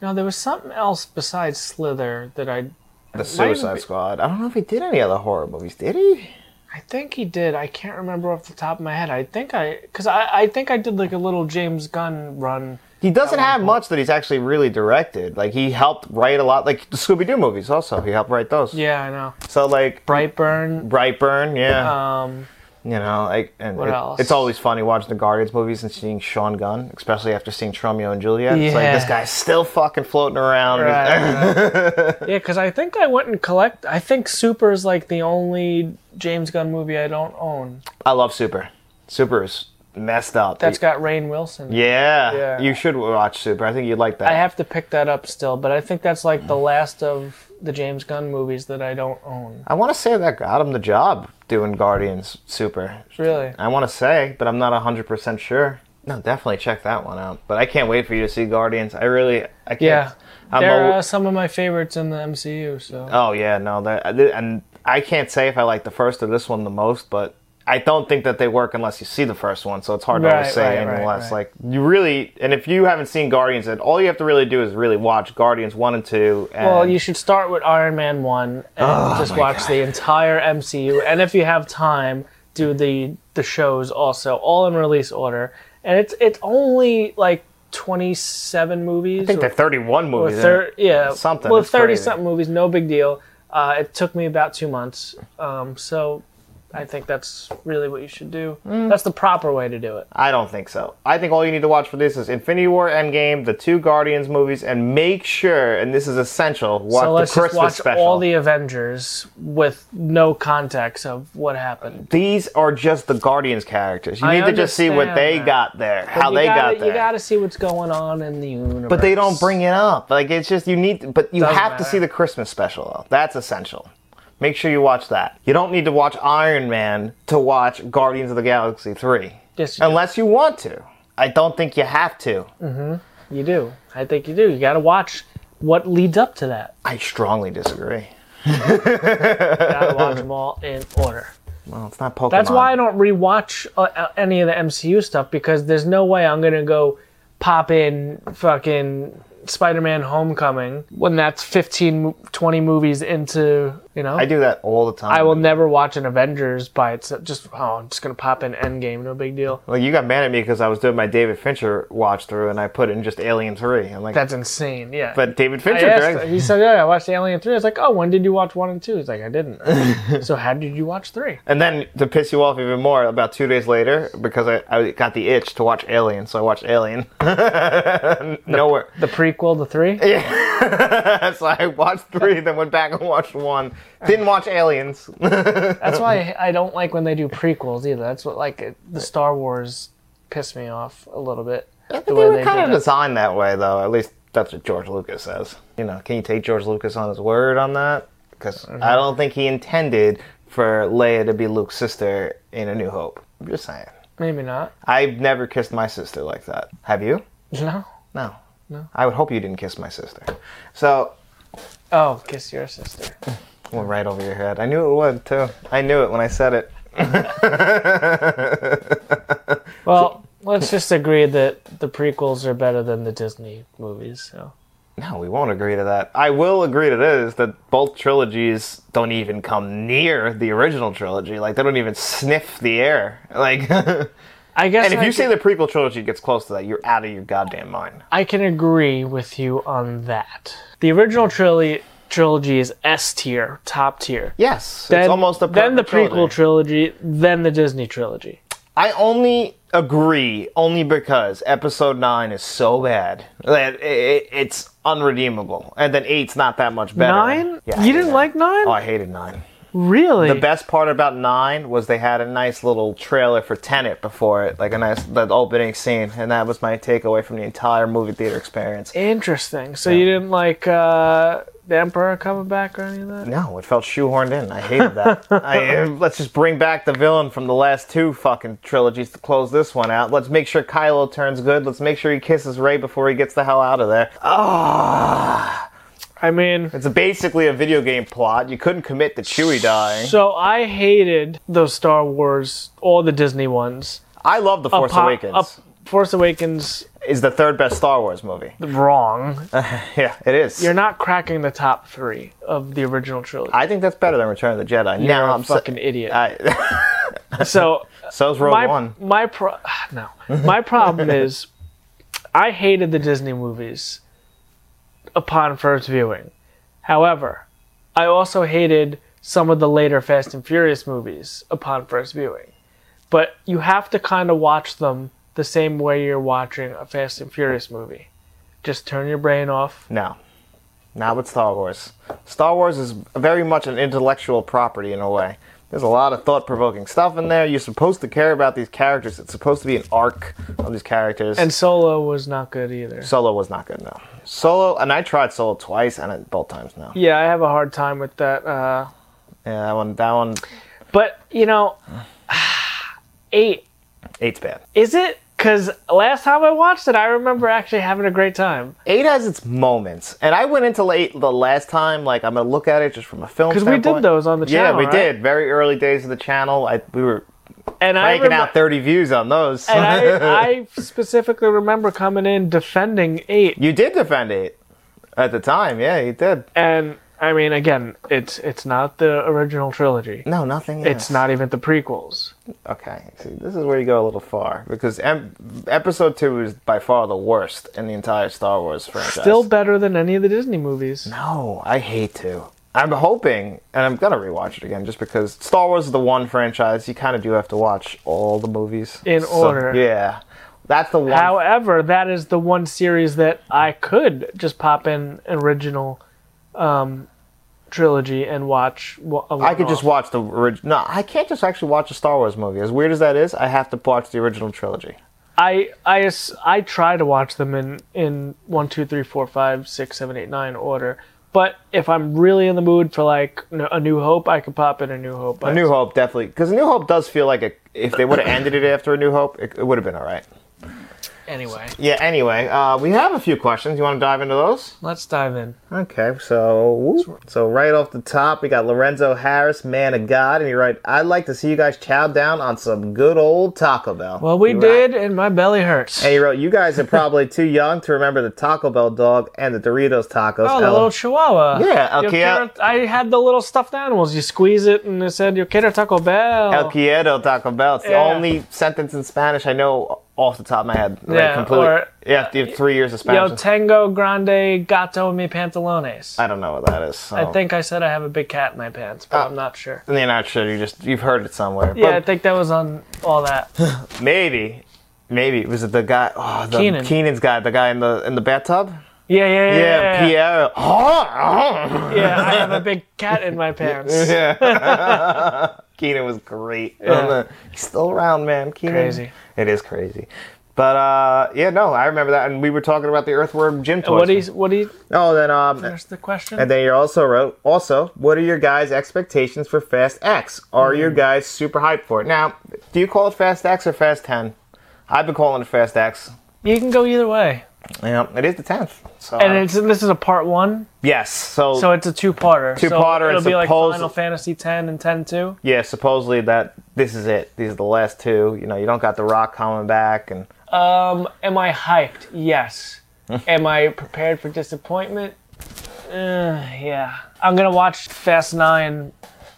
A: No, there was something else besides Slither that I.
B: the Suicide
A: be-
B: Squad. I don't know if he did any other horror movies. Did he?
A: I think he did. I can't remember off the top of my head. I think I, cause I, I think I did like a little James Gunn run.
B: He doesn't have much that he's actually really directed. Like he helped write a lot, like the Scooby Doo movies. Also, he helped write those.
A: Yeah, I know.
B: So like
A: Brightburn.
B: <laughs> Brightburn, yeah.
A: Um,
B: You know, like and
A: What
B: it-
A: else?
B: it's always funny watching the Guardians movies and seeing Sean Gunn, especially after seeing Romeo and Juliet. It's like
A: Yeah.
B: this guy's still fucking floating around.
A: Right, yeah, because I think I went and collect. I think Super is like the only James Gunn movie I don't own
B: I love Super. Super is messed up.
A: that's got Rain Wilson.
B: yeah,
A: Yeah.
B: You should watch Super. I think you'd like that.
A: I have to pick that up still, but I think that's like the last of the James Gunn movies that I don't own.
B: I want to say that got him the job doing Guardians Super.
A: Really?
B: I want to say, but I'm not 100% sure. No, definitely check that one out. But I can't wait for you to see Guardians. I really, I can't.
A: Yeah.
B: I'm
A: They're
B: al-
A: uh, some of my favorites in the MCU, so.
B: oh, yeah, no. That, and I can't say if I like the first or this one the most, but I don't think that they work unless you see the first one. So it's hard to
A: Right,
B: always say
A: right, right,
B: unless,
A: right.
B: like, you really, and if you haven't seen Guardians, then all you have to really do is really watch Guardians 1 and 2. And
A: Well, you should start with Iron Man 1 and
B: Oh
A: just watch the entire MCU. And if you have time, do the the shows also, all in release order. And it's it's only like 27 movies.
B: I think they're 31
A: or
B: movies. in
A: thir-
B: it.
A: yeah,
B: Something,
A: Well,
B: it's
A: 30
B: crazy.
A: something movies, no big deal. Uh, it took me about two months. Um, so I think that's really what you should do.
B: Mm.
A: That's the proper way to do it.
B: I don't think so. I think all you need to watch for this is Infinity War, Endgame, the two Guardians movies, and make sure, and this is essential, watch
A: so let's
B: the
A: just
B: Christmas
A: watch
B: special.
A: all the Avengers with no context of what happened.
B: These are just the Guardians characters. You
A: I
B: need to just see what
A: understand
B: they
A: that.
B: got there, how
A: you
B: they
A: gotta,
B: got there.
A: You got to see what's going on in the universe.
B: but they don't bring it up. Like it's just you need, but you
A: Doesn't
B: have
A: matter.
B: to see the Christmas special though. That's essential. Make sure you watch that. You don't need to watch Iron Man to watch Guardians of the Galaxy three,
A: Yes, you,
B: unless you want to. I don't think you have to.
A: do. you do. I think you do. You got to watch what leads up to that.
B: I strongly disagree.
A: Got to watch them all in
B: <laughs>
A: order.
B: Well, it's not Pokemon.
A: That's why I don't rewatch uh, uh, any of the MCU stuff because there's no way I'm gonna go pop in fucking Spider-Man: Homecoming when that's 15, mo- 20 movies into you know.
B: I do that all the time.
A: I will never watch an Avengers by itself. Just oh, I'm just gonna pop in Endgame. No big deal.
B: Like you got mad at me because I was doing my David Fincher watch through, and I put in just Alien Three. I'm like,
A: That's insane. Yeah.
B: but David
A: I
B: Fincher
A: asked,
B: directed.
A: he said, "Yeah, I watched Alien 3. I was like, "Oh, when did you watch one and two? He's like, "I
B: <laughs>
A: didn't." so how did you watch three?
B: And then to piss you off even more, about two days later, because I, I got the itch to watch Alien, so I watched Alien. <laughs> Nowhere. <laughs>
A: The prequel to three.
B: so I watched three, then went back and watched one. Didn't watch Aliens. <laughs>
A: That's why I don't like when they do prequels either. That's what like it- the Star Wars pissed me off a little bit.
B: they were kind of designed that way, though. At least that's what George Lucas says. You know, can you take George Lucas on his word on that? Because I don't think he intended for Leia to be Luke's sister in A New Hope. I'm just saying.
A: Maybe not.
B: I've never kissed my sister like that. Have you?
A: No.
B: No. No. I would hope you didn't kiss my sister. So
A: Oh, kiss your sister.
B: went right over your head. I knew it would too. I knew it when I said it.
A: Well, let's just agree that the prequels are better than the Disney movies. So
B: No, we won't agree to that. I will agree to this that both trilogies don't even come near the original trilogy. Like they don't even sniff the air. Like <laughs> and
A: I guess.
B: if
A: I
B: you say
A: can-
B: the prequel trilogy gets close to that, you're out of your goddamn mind.
A: I can agree with you on that. The original trilogy trilogy is S tier, top tier.
B: Yes. it's
A: Then-
B: almost a
A: then the
B: perfect
A: prequel trilogy, then the Disney trilogy.
B: I only agree only because episode nine is so bad that i i it's unredeemable, and then eight's not that much better.
A: Nine?
B: Yeah, I
A: you
B: hated
A: didn't
B: nine.
A: like nine?
B: Oh, I hated nine.
A: really?
B: The best part about nine was they had a nice little trailer for Tenet before it, like a nice the opening scene, and that was my takeaway from the entire movie theater experience.
A: Interesting. So you didn't like uh, the Emperor coming back or any of that?
B: No, it felt shoehorned in. I
A: <laughs>
B: hated that. I, uh, let's just bring back the villain from the last two fucking trilogies to close this one out. Let's make sure Kylo turns good. Let's make sure he kisses Rey before he gets the hell out of there. Ah,
A: I mean,
B: it's basically a video game plot. You couldn't commit to Chewie dying.
A: so I hated those Star Wars, all the Disney ones.
B: I love The Force
A: Apo-
B: Awakens.
A: Ap- Force Awakens
B: Is the third best Star Wars movie.
A: wrong.
B: Yeah, it is.
A: You're not cracking the top three of the original trilogy.
B: I think that's better than Return of the Jedi.
A: You're
B: now
A: a
B: I'm so-
A: fucking idiot.
B: <laughs> I,
A: so
B: so's Rogue
A: my
B: One.
A: my pro <sighs> no my problem is I hated the Disney movies upon first viewing. However, I also hated some of the later Fast and Furious movies upon first viewing. but you have to kind of watch them the same way you're watching a Fast and Furious movie. Just turn your brain off.
B: No. Not with Star Wars. Star Wars is very much an intellectual property in a way. There's a lot of thought provoking stuff in there. You're supposed to care about these characters. It's supposed to be an arc of these characters.
A: And Solo was not good either.
B: Solo was not good, no. Solo, and I tried Solo twice, and it, both times, no.
A: Yeah, I have a hard time with that. Uh,
B: Yeah, that one, that one,
A: but you know, <sighs> eight
B: eight's bad.
A: is it? Because last time I watched it, I remember actually having a great time.
B: Eight has its moments, and I went into late the last time. Like I'm gonna look at it just from a film.
A: 'Cause we did
B: standpoint.
A: those on the
B: Yeah,
A: channel,
B: we
A: right?
B: did. Very early days of the channel. I we were
A: And I
B: cranking
A: remem-
B: out 30 views on those.
A: And I, I specifically remember coming in defending eight,
B: <laughs> you did defend eight at the time. Yeah, you did.
A: and I mean, again, it's it's not the original trilogy.
B: No, nothing.
A: It's
B: else.
A: not even the prequels.
B: Okay, see, this is where you go a little far because em- episode two is by far the worst in the entire Star Wars franchise.
A: Still better than any of the Disney movies.
B: No, I hate to. I'm hoping, and I'm gonna rewatch it again just because Star Wars is the one franchise you kind of do have to watch all the movies
A: In order.
B: Yeah, that's the one.
A: However, that is the one series that I could just pop in original um, trilogy and watch. wa- a
B: I could
A: one-off.
B: just watch the original. No, I can't just actually watch a Star Wars movie. As weird as that is, I have to watch the original trilogy.
A: I I ass- I try to watch them in in one two three four five six seven eight nine order. But if I'm really in the mood for like n- a New Hope, I could pop in a New Hope.
B: A New Hope definitely, because New Hope does feel like a, if they would have ended it after A New Hope, it, it would have been all right.
A: Anyway,
B: Yeah. Anyway, uh, we have a few questions. You want to dive into those?
A: let's dive in.
B: Okay, so whoop. so right off the top, we got Lorenzo Harris, man of God, and he write, "I'd like to see you guys chow down on some good old Taco Bell."
A: Well, we
B: He wrote-
A: did, and my belly hurts.
B: And he wrote, "You guys are probably too young to remember the Taco Bell dog and the Doritos tacos."
A: Oh, the
B: Ella-
A: little Chihuahua.
B: Yeah, El
A: Yo
B: Kia-
A: quiero- I had the little stuffed animals. You squeeze it, and it said "Yo quiero Taco Bell."
B: El Quiero Taco Bell. It's
A: Yeah.
B: the only sentence in Spanish I know off the top of my head. Like,
A: Yeah,
B: completely.
A: or-
B: yeah, after you have three years of Spanish.
A: Yo tengo grande gato en mi pantalones.
B: I don't know what that is. So.
A: I think I said I have a big cat in my pants, but I'm not sure.
B: you're not sure. You just you've heard it somewhere.
A: Yeah, I
B: But
A: think that was on all that.
B: maybe, maybe was it the guy? Oh, the
A: Keenan.
B: Keenan's guy, the guy in the in the bathtub.
A: Yeah, yeah, yeah.
B: Yeah,
A: yeah, yeah.
B: Pierre. Oh,
A: Yeah, I have a big cat in my pants.
B: <laughs> Keenan was great.
A: Yeah.
B: And, uh, He's still around, man. Keenan.
A: Crazy.
B: It is crazy. But uh, yeah, no, I remember that, and we were talking about the Earthworm Jim toys.
A: What do you, what do you,
B: Oh, then um,
A: there's the question.
B: And then you also wrote, also, what are your guys' expectations for Fast X? Are your
A: Hmm.
B: guys super hyped for it? Now, do you call it Fast X or Fast 10? I've been calling it Fast X.
A: You can go either way.
B: Yeah, it is the 10th. So,
A: And it's this is a part one,
B: yes, so,
A: so it's a two-parter. So
B: Two-parter,
A: It'll
B: it's
A: be like
B: supposed-
A: Final Fantasy X and X-2.
B: yeah, supposedly that this is it. These are the last two. You know, you don't got The Rock coming back, and
A: Um, Am I hyped? Yes. Am I prepared for disappointment? Uh, yeah. I'm gonna watch Fast Nine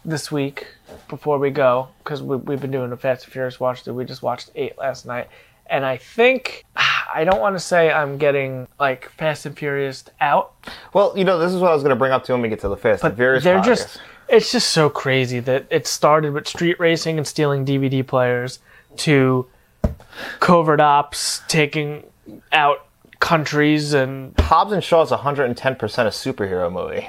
A: this week before we go because we, we've been doing a Fast and Furious watch through. We just watched eight last night, and I think <sighs> I don't want to say I'm getting like Fast and Furious out,
B: well, you know, this is what I was going to bring up to when we get to the Fast and Furious.
A: they're
B: podcast.
A: just it's just so crazy that it started with street racing and stealing DVD players to covert ops taking out countries and
B: Hobbs and Shaw is 110% a superhero movie.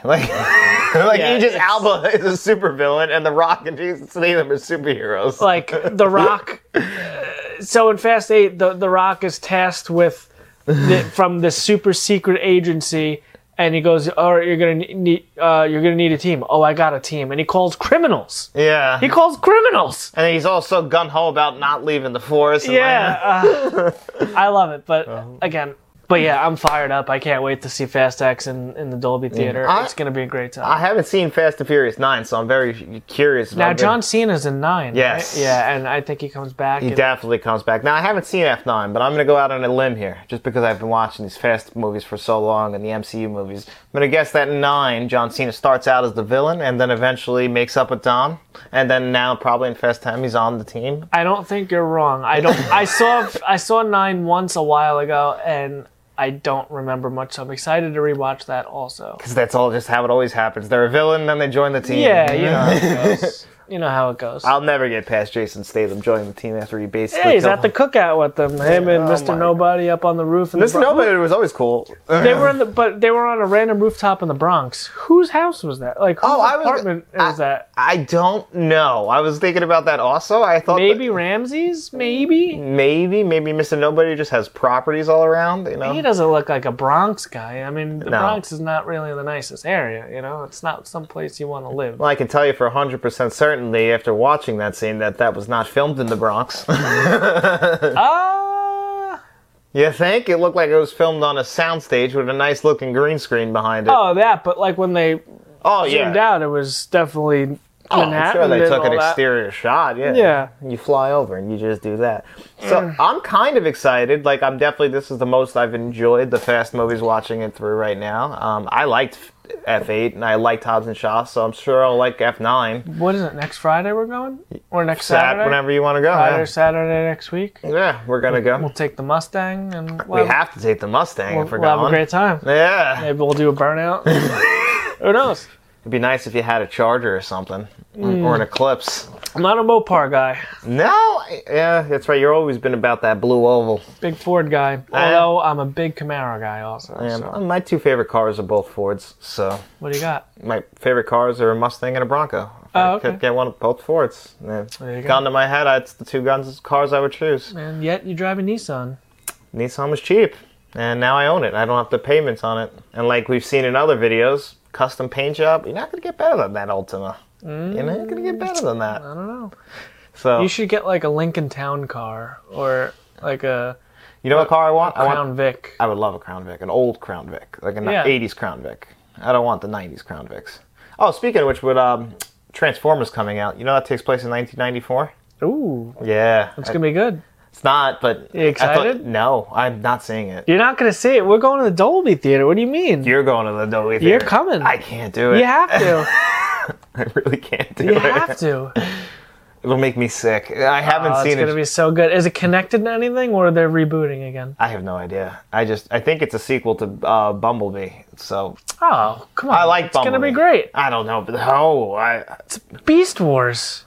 A: <laughs>
B: <laughs> Like, like
A: Yeah,
B: Idris
A: it's-
B: Alba <laughs> is a supervillain, and The Rock and Jason Statham are superheroes.
A: like the rock uh, so in fast 8 the, the rock is tasked with the, from this super secret agency and he goes all right you're gonna ne- need uh, you're gonna need a team oh i got a team and he calls criminals
B: yeah.
A: he calls criminals
B: And he's also gun ho about not leaving the forest. and like-
A: Yeah, uh, <laughs> I love it. But
B: Uh-huh.
A: again, but yeah, I'm fired up. I can't wait to see Fast X in, in the Dolby Theater.
B: I-
A: it's gonna be a great time.
B: I haven't seen Fast and Furious Nine, so I'm very curious.
A: now
B: About
A: John Cena's in nine.
B: Yes.
A: right? Yeah, and I think he comes back.
B: He
A: and-
B: definitely comes back. Now I haven't seen F9, but I'm gonna go out on a limb here, just because I've been watching these Fast movies for so long and the MCU movies. I'm gonna guess that in Nine, John Cena starts out as the villain and then eventually makes up with Dom, and then now probably in Fast Time he's on the team.
A: I don't think you're wrong. I
B: <laughs>
A: don't. I saw I saw nine once a while ago, and I don't remember much. So I'm excited to rewatch that also.
B: Because that's all just how it always happens. They're a villain, then they join the team. <laughs>
A: Yeah, you know. how it goes. you know how it goes.
B: I'll never get past Jason Statham joining the team after he basically.
A: Hey, he's
B: killed
A: at the cookout with them. Him and
B: Oh my-
A: Mr. Nobody up on the roof. And
B: This nobody was always cool.
A: They were in the, but they were on a random rooftop in the Bronx. Whose house was that? Like, whose
B: Oh, I was-
A: apartment was that?
B: I don't know. I was thinking about that also. I thought
A: Maybe Ramsey's? Maybe?
B: that- maybe, maybe Mr. Nobody just has properties all around. You know,
A: He doesn't look like a Bronx guy. I mean, the
B: No.
A: Bronx is not really the nicest area, you know? It's not some place you want to live.
B: Well, I can tell you for 100% certainty after watching that scene that that was not filmed in the Bronx. <laughs>
A: Ah!
B: you think? It looked like it was filmed on a soundstage with a nice looking green screen behind it.
A: oh, that, but like when they
B: Oh,
A: zoomed out, it was definitely
B: I'm
A: Manhattan.
B: sure they
A: and
B: took
A: all
B: an
A: that.
B: exterior shot. Yeah.
A: Yeah.
B: You fly over and you just do that. So I'm kind of excited. Like I'm definitely this is the most I've enjoyed the Fast movies watching it through right now. Um, I liked F8 and I liked Hobbs and Shaw, so I'm sure I'll like F9.
A: What is it, next Friday we're going? Or next
B: Sat
A: Saturday?
B: whenever you want to go.
A: Friday
B: Yeah.
A: or Saturday next week?
B: Yeah, we're gonna
A: We'll
B: go.
A: take the Mustang and we'll,
B: We
A: have,
B: have to take the Mustang
A: we'll,
B: if we're
A: we'll have a
B: going.
A: great time.
B: Yeah,
A: Maybe we'll do a
B: <laughs>
A: burnout. Who knows?
B: it'd be nice if you had a Charger or something,
A: Mm.
B: or an Eclipse.
A: I'm not a Mopar guy,
B: No, I- yeah, that's right. You've always been about that blue oval.
A: big Ford guy. Although I'm a big Camaro guy also.
B: And
A: So.
B: my two favorite cars are both Fords, so
A: What do you got?
B: my favorite cars are a Mustang and a Bronco. If
A: Oh,
B: I
A: okay.
B: could get one of both Fords. Yeah.
A: There you go.
B: Gone to my head, it's the two guns cars I would choose.
A: And yet you drive a Nissan.
B: Nissan was cheap, and now I own it. I don't have to payments on it. And like we've seen in other videos, custom paint job, you're not gonna get better than that Ultima. You're not gonna get better than that.
A: I don't know.
B: So
A: You should get like a Lincoln Town car or like a
B: you know what car I want? I want
A: Crown Vic.
B: I would love a Crown Vic, an old Crown Vic, like an
A: Yeah.
B: 80s Crown Vic. I don't want the 90s Crown Vics. Oh, speaking of which, with um, Transformers coming out, you know that takes place in 1994?
A: Ooh,
B: Yeah.
A: it's gonna be good.
B: It's not, but.
A: You
B: I thought-
A: excited?
B: no, I'm not seeing it.
A: You're not gonna see it. We're going to the Dolby Theater. What do you mean?
B: You're going to the Dolby Theater.
A: You're coming.
B: I can't do it.
A: you have to.
B: <laughs> I really can't do
A: You
B: it.
A: have to.
B: It'll make me sick. I haven't
A: Oh, it's
B: seen it.
A: gonna be so good. Is it connected to anything, or they're rebooting again?
B: I have no idea. I just, I think it's a sequel to uh, Bumblebee. So
A: Oh, come on!
B: I like
A: It's
B: Bumblebee.
A: gonna be great.
B: I don't know, but oh, I,
A: Beast Wars.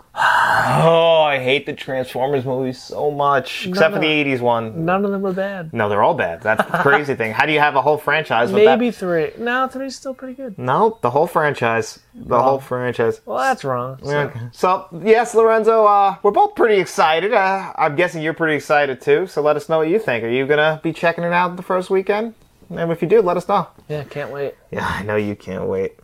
B: Oh, I hate the Transformers movies so much, except for
A: no.
B: the '80s one.
A: None of them are bad.
B: No, they're all bad. That's the crazy thing. How do you have a whole franchise? With
A: Maybe
B: That?
A: three. No, three's still pretty good.
B: No, the whole franchise. The whole franchise.
A: Well, that's wrong. So-
B: Okay. So yes, Lorenzo, uh, we're both pretty excited. Uh, I'm guessing you're pretty excited too. So let us know what you think. Are you gonna be checking it out the first weekend? And if you do, let us know.
A: Yeah, can't wait.
B: <laughs> Yeah, I know you can't wait.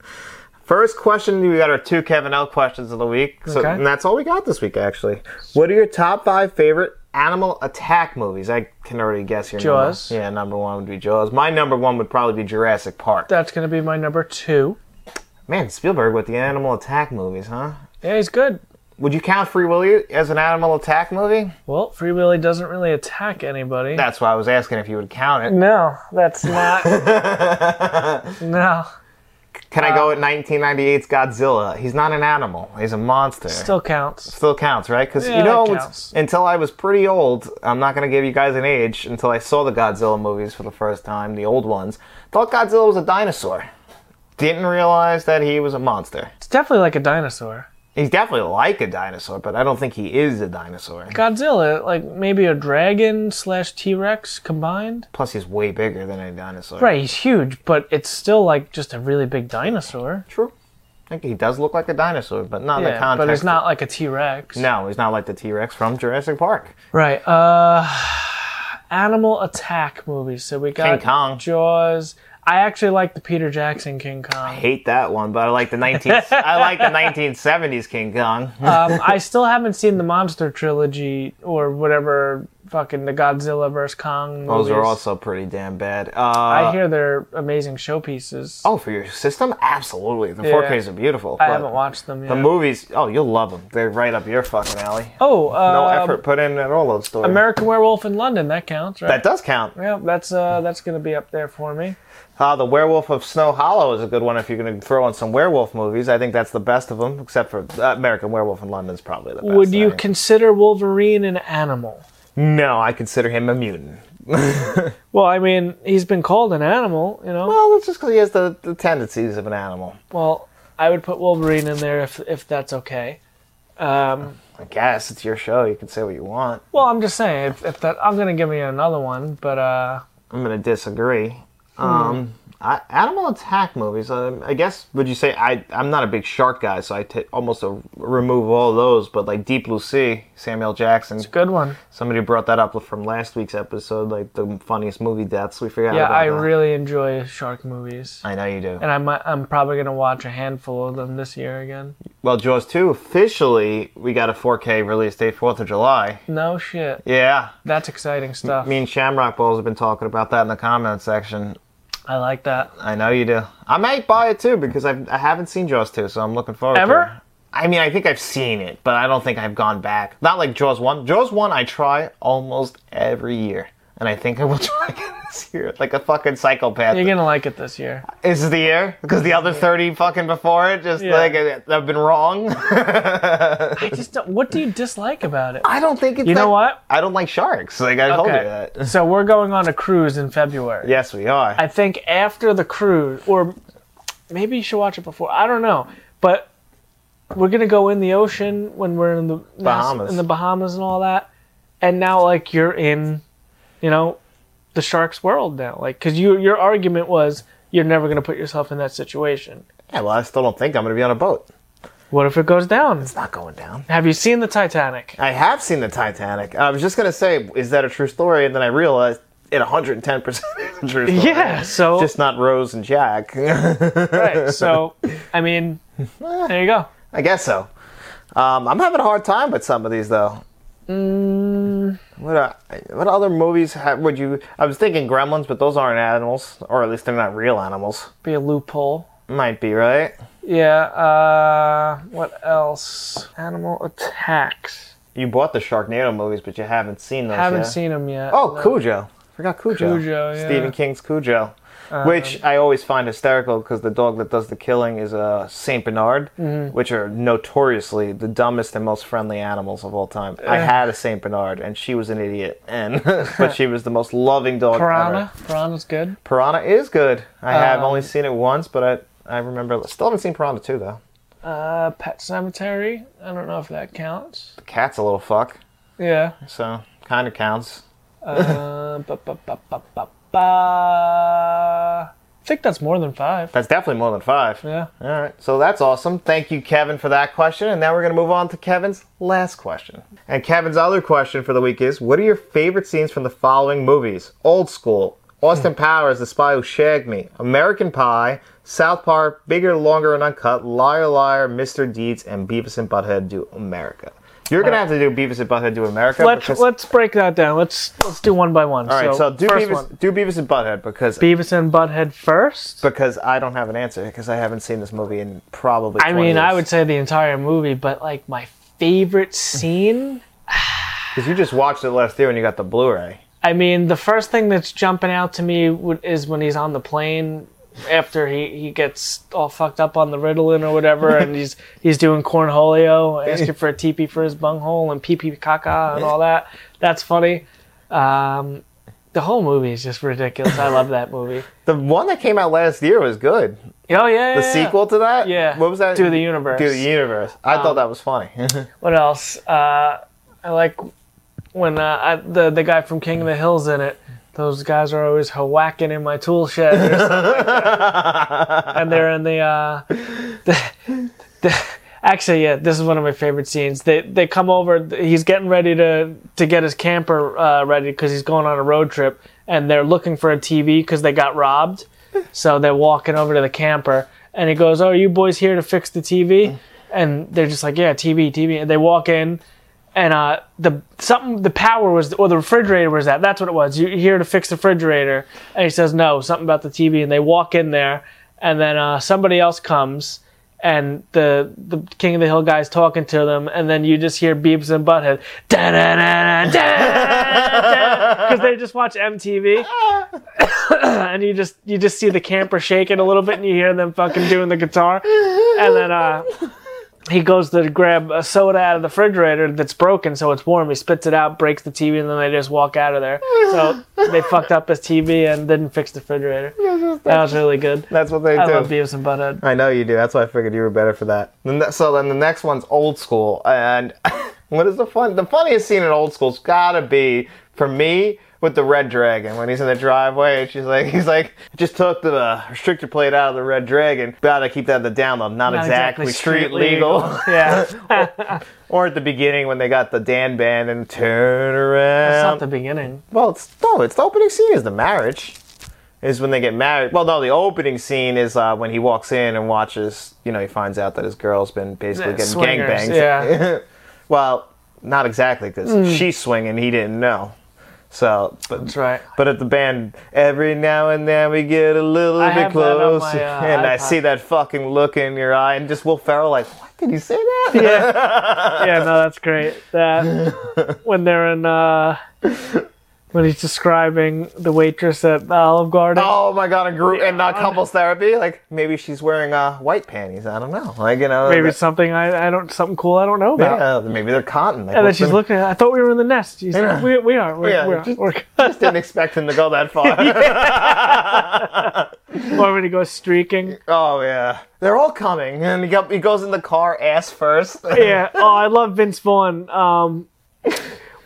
B: First question, we got our two Kevin L questions of the week. So,
A: Okay.
B: And that's all we got this week, actually. What are your top five favorite animal attack movies? I can already guess your
A: Jaws.
B: Number. Yeah, number one would be Jaws. My number one would probably be Jurassic Park.
A: That's gonna be my number two.
B: Man, Spielberg with the animal attack movies, huh?
A: Yeah, he's good.
B: Would you count Free Willy as an animal attack movie?
A: Well, Free Willy doesn't really attack anybody.
B: That's why I was asking if you would count it.
A: No, that's
B: <laughs>
A: not. no,
B: Can
A: Uh,
B: I go with 1998's Godzilla? He's not an animal. He's a monster.
A: still counts.
B: still counts, right? Because
A: Yeah,
B: you know,
A: that
B: it's-
A: counts.
B: until I was pretty old, I'm not gonna give you guys an age. Until I saw the Godzilla movies for the first time, the old ones, thought Godzilla was a dinosaur. Didn't realize that he was a monster.
A: It's definitely like a dinosaur.
B: He's definitely like a dinosaur, but I don't think he is a dinosaur.
A: Godzilla, like maybe a dragon slash T Rex combined.
B: Plus, he's way bigger than a dinosaur.
A: Right, he's huge, but it's still like just a really big dinosaur.
B: True. I think he does look like a dinosaur, but not in the
A: Yeah,
B: context.
A: but it's not like a T Rex.
B: No, he's not like the T Rex from Jurassic Park.
A: Right. Uh, animal attack movies. So we got
B: King Kong.
A: Jaws. I actually like the Peter Jackson King Kong.
B: Hate that one, but I like the 19. I like the 1970s
A: <laughs>
B: King Kong.
A: Um, I still haven't seen the Monster trilogy or whatever fucking the Godzilla vs Kong.
B: Those are
A: movies.
B: also pretty damn bad. Uh,
A: I hear they're amazing showpieces.
B: Oh, for your system? Absolutely. The 4Ks are beautiful.
A: I
B: but
A: haven't watched them yet.
B: The movies, oh, you'll love them. They're right up your fucking alley.
A: oh, uh,
B: no effort put in at all those stories.
A: American Werewolf in London. That counts, right?
B: that does count.
A: yeah, that's uh, that's gonna be up there for me.
B: Uh, the Werewolf of Snow Hollow is a good one if you're going to throw in some werewolf movies. I think that's the best of them, except for uh, American Werewolf in London's probably the best.
A: Would you
B: I-
A: consider Wolverine an animal?
B: no, I consider him a mutant.
A: Well, I mean, he's been called an animal, you know.
B: Well, that's just because he has the, the tendencies of an animal.
A: Well, I would put Wolverine in there if if that's okay.
B: I guess it's your show. You can say what you want.
A: Well, I'm just saying, if, if that, I'm gonna give you another one, but uh,
B: I'm gonna disagree.
A: Hmm.
B: Um, I, animal attack movies. Um, I guess would you say I? I'm not a big shark guy, so I t- almost uh remove all those. But like Deep Blue Sea, Samuel Jackson.
A: good one.
B: Somebody brought that up from last week's episode, like the funniest movie deaths. We forgot.
A: Yeah,
B: about
A: I
B: that.
A: really enjoy shark movies,
B: I know you do.
A: and I'm I'm probably gonna watch a handful of them this year again.
B: Well, Jaws 2 officially, we got a 4K release date, 4th of July.
A: No shit,
B: Yeah.
A: that's exciting stuff.
B: Me and Shamrock Balls have been talking about that in the comment section.
A: I like that.
B: I know you do. I might buy it too because I've, I haven't seen Jaws 2, so I'm looking forward to it.
A: Ever?
B: I mean, I think I've seen it, but I don't think I've gone back. Not like Jaws 1. Jaws 1, I try almost every year. And I think I will <laughs> try again this year. Like a fucking psychopath.
A: You're gonna like it this year.
B: Is the year? Because the other 30 fucking before it, just
A: Yeah.
B: like, I- I've been wrong. <laughs>
A: I just don't, what do you dislike about it?
B: I don't think it's
A: You know
B: that-
A: what?
B: I don't like sharks. Like I told you that.
A: so we're going on a cruise in February.
B: Yes, we are.
A: I think after the cruise, or maybe you should watch it before. I don't know, but we're gonna go in the ocean when we're in the
B: Bahamas.
A: in the Bahamas and all that. And now, like you're in, you know, the sharks' world now. Like, because you your argument was you're never gonna put yourself in that situation.
B: yeah, well, I still don't think I'm going to be on a boat.
A: What if it goes down?
B: It's not going down.
A: Have you seen the Titanic?
B: <laughs> I have seen the Titanic. I was just going to say, is that a true story? And then I realized it 110% is a true story.
A: Yeah. So
B: Just not Rose and Jack. <laughs>
A: right. So, I mean, there you go.
B: I guess so. Um, I'm having a hard time with some of these though.
A: Mm.
B: What uh, what other movies ha would you? I was thinking Gremlins, but those aren't animals, or at least they're not real animals.
A: Be a loophole.
B: Might be right.
A: Yeah, uh what else? Animal attacks.
B: You bought the Sharknado movies, but you haven't seen those.
A: Haven't
B: yet.
A: seen them yet.
B: Oh,
A: No.
B: Cujo. Forgot Cujo.
A: Cujo, yeah. Um,
B: Stephen King's Cujo. which I always find hysterical because the dog that does the killing is a Saint Bernard,
A: Mm-hmm.
B: which are notoriously the dumbest and most friendly animals of all time. I had a Saint Bernard, and she was an idiot, and <laughs> but she was the most loving dog.
A: Piranha. Um,
B: ever.
A: Piranha's good.
B: Piranha is good. I have only seen it once, but I I remember. Still haven't seen Piranha two though.
A: Uh Pet Cemetery. I don't know if that counts.
B: The cat's a little fuck, <laughs>
A: Yeah.
B: so kind of counts.
A: Uh, ba, ba, ba, ba, ba, ba. I think that's more than five.
B: That's definitely more than five.
A: Yeah.
B: All right, so that's awesome. Thank you, Kevin, for that question. And now we're going to move on to Kevin's last question. And Kevin's other question for the week is What are your favorite scenes from the following movies? Old School,
A: Hmm.
B: Austin Powers, The Spy Who Shagged Me, American Pie, South Park, Bigger, Longer, and Uncut, Liar, Liar, Mr. Deeds, and Beavis and Butthead Do America. You're going to have to do Beavis and Butthead Do America.
A: Uh, Let's
B: because-
A: let's break that down. Let's let's do one by one.
B: all right, so, do,
A: first
B: Beavis,
A: one.
B: do Beavis and Butthead because.
A: Beavis and Butthead first.
B: because I don't have an answer because I haven't seen this movie in probably.
A: I
B: 20
A: mean, I
B: years.
A: would say the entire movie, but like my favorite scene
B: Because you just watched it last year when you got the Blu-ray.
A: I mean, the first thing that's jumping out to me would, is when he's on the plane after he, he gets all fucked up on the Ritalin or whatever,
B: <laughs>
A: and he's he's doing cornholio, asking for a teepee for his bunghole and pee pee caca and all that. That's funny. Um, the whole movie is just ridiculous. I love that movie.
B: The one that came out last year was good.
A: Oh yeah,
B: The
A: yeah, yeah.
B: sequel to that?
A: Yeah.
B: What was that?
A: Do the Universe. Um,
B: Do the Universe. I thought that was funny. <laughs>
A: What else? Uh, I like when uh, I, the the guy from King of the Hills in it. Those guys are always whacking in my tool shed, or something like that. and they're in the, uh, the, the- Actually, yeah, this is one of my favorite scenes. They they come over. He's getting ready to to get his camper uh, ready because he's going on a road trip, and they're looking for a TV because they got robbed. So they're walking over to the camper, and he goes, "Oh, are you boys here to fix the TV?" And they're just like, "Yeah, TV, TV." And they walk in, and uh, the something the power was or the refrigerator was that. That's what it was. You're here to fix the refrigerator, and he says, "No, something about the TV." And they walk in there, and then uh, somebody else comes, and the the King of the Hill guy's talking to them, and then you just hear Beeps and Butthead, da da da da, because they just watch MTV <coughs> and you just you just see the camper shaking a little bit and you hear them fucking doing the guitar and then uh he goes to grab a soda out of the refrigerator that's broken, so it's warm. He spits it out, breaks the TV, and then they just walk out of there. So they fucked up his TV and didn't fix the refrigerator. That was really good.
B: That's what they
A: I
B: do.
A: love Beavis and Butthead.
B: I know you do. That's why I figured you were better for that. The ne- so then the next one's old school, and <laughs> what is the fun? The funniest scene in old school's gotta be for me with the red dragon when he's in the driveway and she's like, <laughs> he's like, just took the uh, restrictor plate out of the red dragon. Gotta keep that in the download. Not,
A: Not
B: exactly, street, <laughs> legal.
A: <laughs> yeah,
B: or at the beginning when they got the Dan band and turn around.
A: it's not the beginning.
B: Well, it's no, it's the opening scene is the marriage, is when they get married. Well, no, the opening scene is uh, when he walks in and watches. You know, he finds out that his girl's been basically
A: Yeah,
B: getting
A: swingers,
B: gangbanged.
A: yeah.
B: <laughs>
A: Hmm.
B: well, not exactly because she's swinging. He didn't know. So, but
A: That's right.
B: But at the band, every now and then we get a little
A: I
B: bit
A: have that on
B: close,
A: my, uh,
B: and I
A: iPod.
B: see that fucking look in your eye, and just Will Ferrell like, "What did he say that?"
A: yeah, no, that's great. That
B: <laughs>
A: when they're in uh when he's describing the waitress at the Olive Garden.
B: Oh my god, a group and not couples therapy. Like maybe she's wearing uh, white panties. I don't know. Like you know,
A: Maybe
B: that-
A: something I, I don't something cool I don't know about.
B: yeah, maybe they're cotton.
A: And
B: Like,
A: then
B: what's
A: she's
B: the-
A: looking at I thought we were in the nest. She's
B: Yeah.
A: like, we, we are. We're,
B: Yeah,
A: we're,
B: just-
A: we're <laughs>
B: Just <laughs> didn't expect him to go that far.
A: or when he goes streaking.
B: Oh yeah, they're all coming, and he, got, he goes in the car ass first. <laughs>
A: Yeah. Oh, I love Vince Vaughn. Um,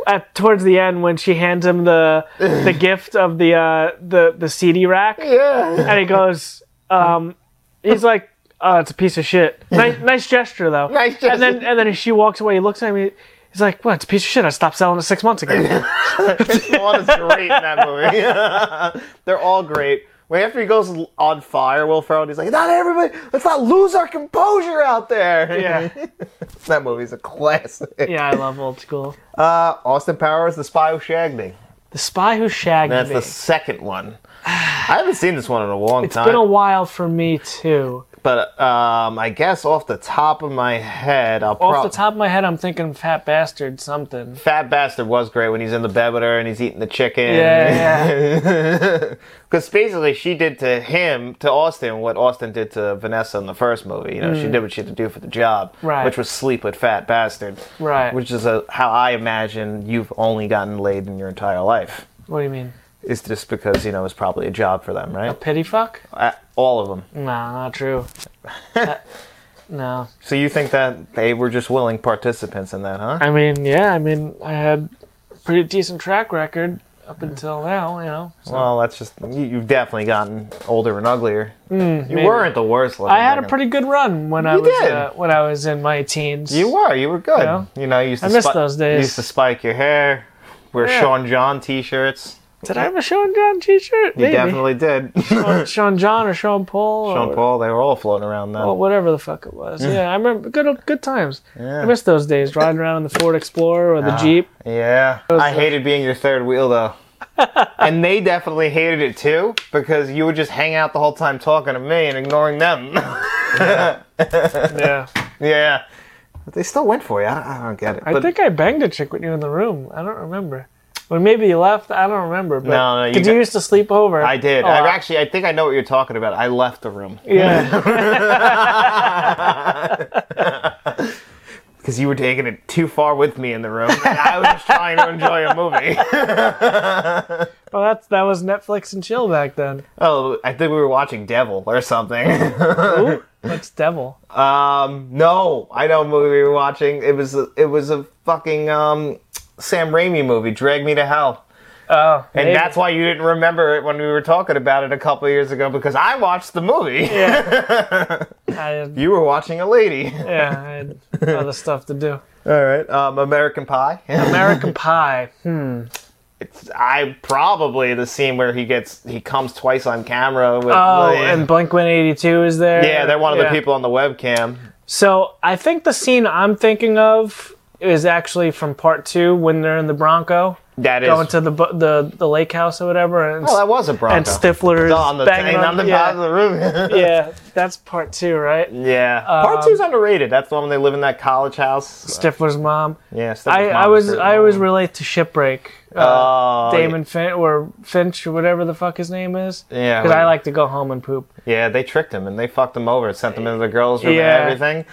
A: at towards the end when she hands him the the
B: <laughs>
A: gift of the uh, the the CD rack.
B: yeah. <laughs>
A: and he goes, um, he's like, oh, it's a piece of shit. Nice, nice gesture though.
B: Nice
A: And then and then as she walks away, he looks at me. He's like, what? It's a piece of shit. I stopped selling it six months ago.
B: Vaughn is great in that movie. <laughs> They're all great. When after he goes on fire, Will Ferrell, he's like, "Not everybody. Let's not lose our composure out there."
A: yeah,
B: <laughs> that movie's a classic.
A: yeah, I love old school.
B: Uh, Austin Powers, The Spy Who Shagged Me.
A: The Spy Who Shagged
B: That's
A: Me.
B: the second one. I haven't seen this one in a long
A: It's
B: time.
A: been a while for me too.
B: but um, I guess off the top of my head, I'll
A: Off
B: probably.
A: the top of my head, I'm thinking Fat Bastard something.
B: Fat Bastard was great when he's in the bed with her and he's eating the chicken. <laughs>
A: Yeah,
B: Because basically, she did to him, to Austin, what Austin did to Vanessa in the first movie. You know, she did what she had to do for the job,
A: Mm. Right.
B: which was sleep with Fat Bastard.
A: Right.
B: Which is a, how I imagine you've only gotten laid in your entire life.
A: What do you mean?
B: It's just because, you know, it's probably a job for them, right?
A: Pity fuck?
B: Uh, all of them.
A: No, not true. That- no.
B: So you think that they were just willing participants in that, huh?
A: I mean, yeah, I mean, I had a pretty decent track record up until now, you know. So
B: Well, that's just you, you've definitely gotten older and uglier. you weren't the worst looking.
A: Hmm, I had a
B: back in-
A: pretty good run when I
B: You
A: was
B: did.
A: uh, when I was in my teens.
B: You were, you were good.
A: Yeah.
B: You know, you used to
A: I miss
B: spi-
A: those
B: You
A: days.
B: used to spike your hair, wear
A: Yeah.
B: Sean John t-shirts.
A: Did I have a Sean John T-shirt?
B: You definitely did.
A: <laughs>
B: <laughs>
A: Sean John or Sean Paul. or-
B: Sean Paul, they were all floating around then.
A: Well, whatever the fuck it was. Yeah, I remember good old- good times. I
B: yeah. Ah.
A: miss those days riding around in the Ford Explorer or the
B: <laughs>
A: Jeep.
B: Yeah. I hated being your third wheel
A: <laughs>
B: though. and they definitely hated it too because you would just hang out the whole time talking to me and ignoring them. <laughs>
A: Yeah,
B: yeah. But they still went for you. I don't, I don't get it.
A: I
B: But-
A: think I banged a chick with you in the room. I don't remember. Or maybe you left. I don't remember. But
B: No, no, you
A: did you
B: got-
A: used to sleep over?
B: I did.
A: a lot.
B: Oh, I actually, I think I know what you're talking about. I left the room <laughs>
A: Yeah. <laughs>
B: because you were taking it too far with me in the room. and I was just trying to enjoy a movie. <laughs>
A: well, that's that was Netflix and chill back then.
B: oh, I think we were watching Devil or something. <laughs>
A: What's Devil?
B: um, no, I know what movie we were watching. It was a, it was a fucking um, Sam Raimi movie, Drag Me to Hell.
A: Oh,
B: And that's why you didn't remember it when we were talking about it a couple years ago because I watched the movie. <laughs>
A: I,
B: You were watching a lady. <laughs>
A: yeah, I had other stuff to do.
B: All right. Um, American Pie. <laughs>
A: American Pie.
B: Oh, I probably the scene where he gets he comes twice on camera with
A: Oh,
B: yeah.
A: and Blink One Eighty Two is there.
B: yeah, they're one of
A: Yeah.
B: the people on the webcam.
A: So I think the scene I'm thinking of is actually from part two when they're in the Bronco
B: That is
A: going to the bu- the the lake house or whatever, and
B: Oh, that was a Bronco.
A: and Stifler is
B: on the
A: banging
B: thing
A: on-
B: on the
A: yeah,
B: bottom of the room.
A: <laughs> yeah, Um, that's part two, right?
B: <laughs> yeah. Part two's underrated. That's the one when they live in that college house.
A: Stifler's mom.
B: Yeah, Stefan's
A: I,
B: mom
A: I was
B: great.
A: I always relate to Shipwreck. Uh,
B: Oh,
A: Damon Finch or Finch or whatever the fuck his name is.
B: Yeah,
A: Because I
B: well-
A: like to go home and poop.
B: Yeah, they tricked him and they fucked him over. Sent him into the girls' room
A: Yeah.
B: and everything.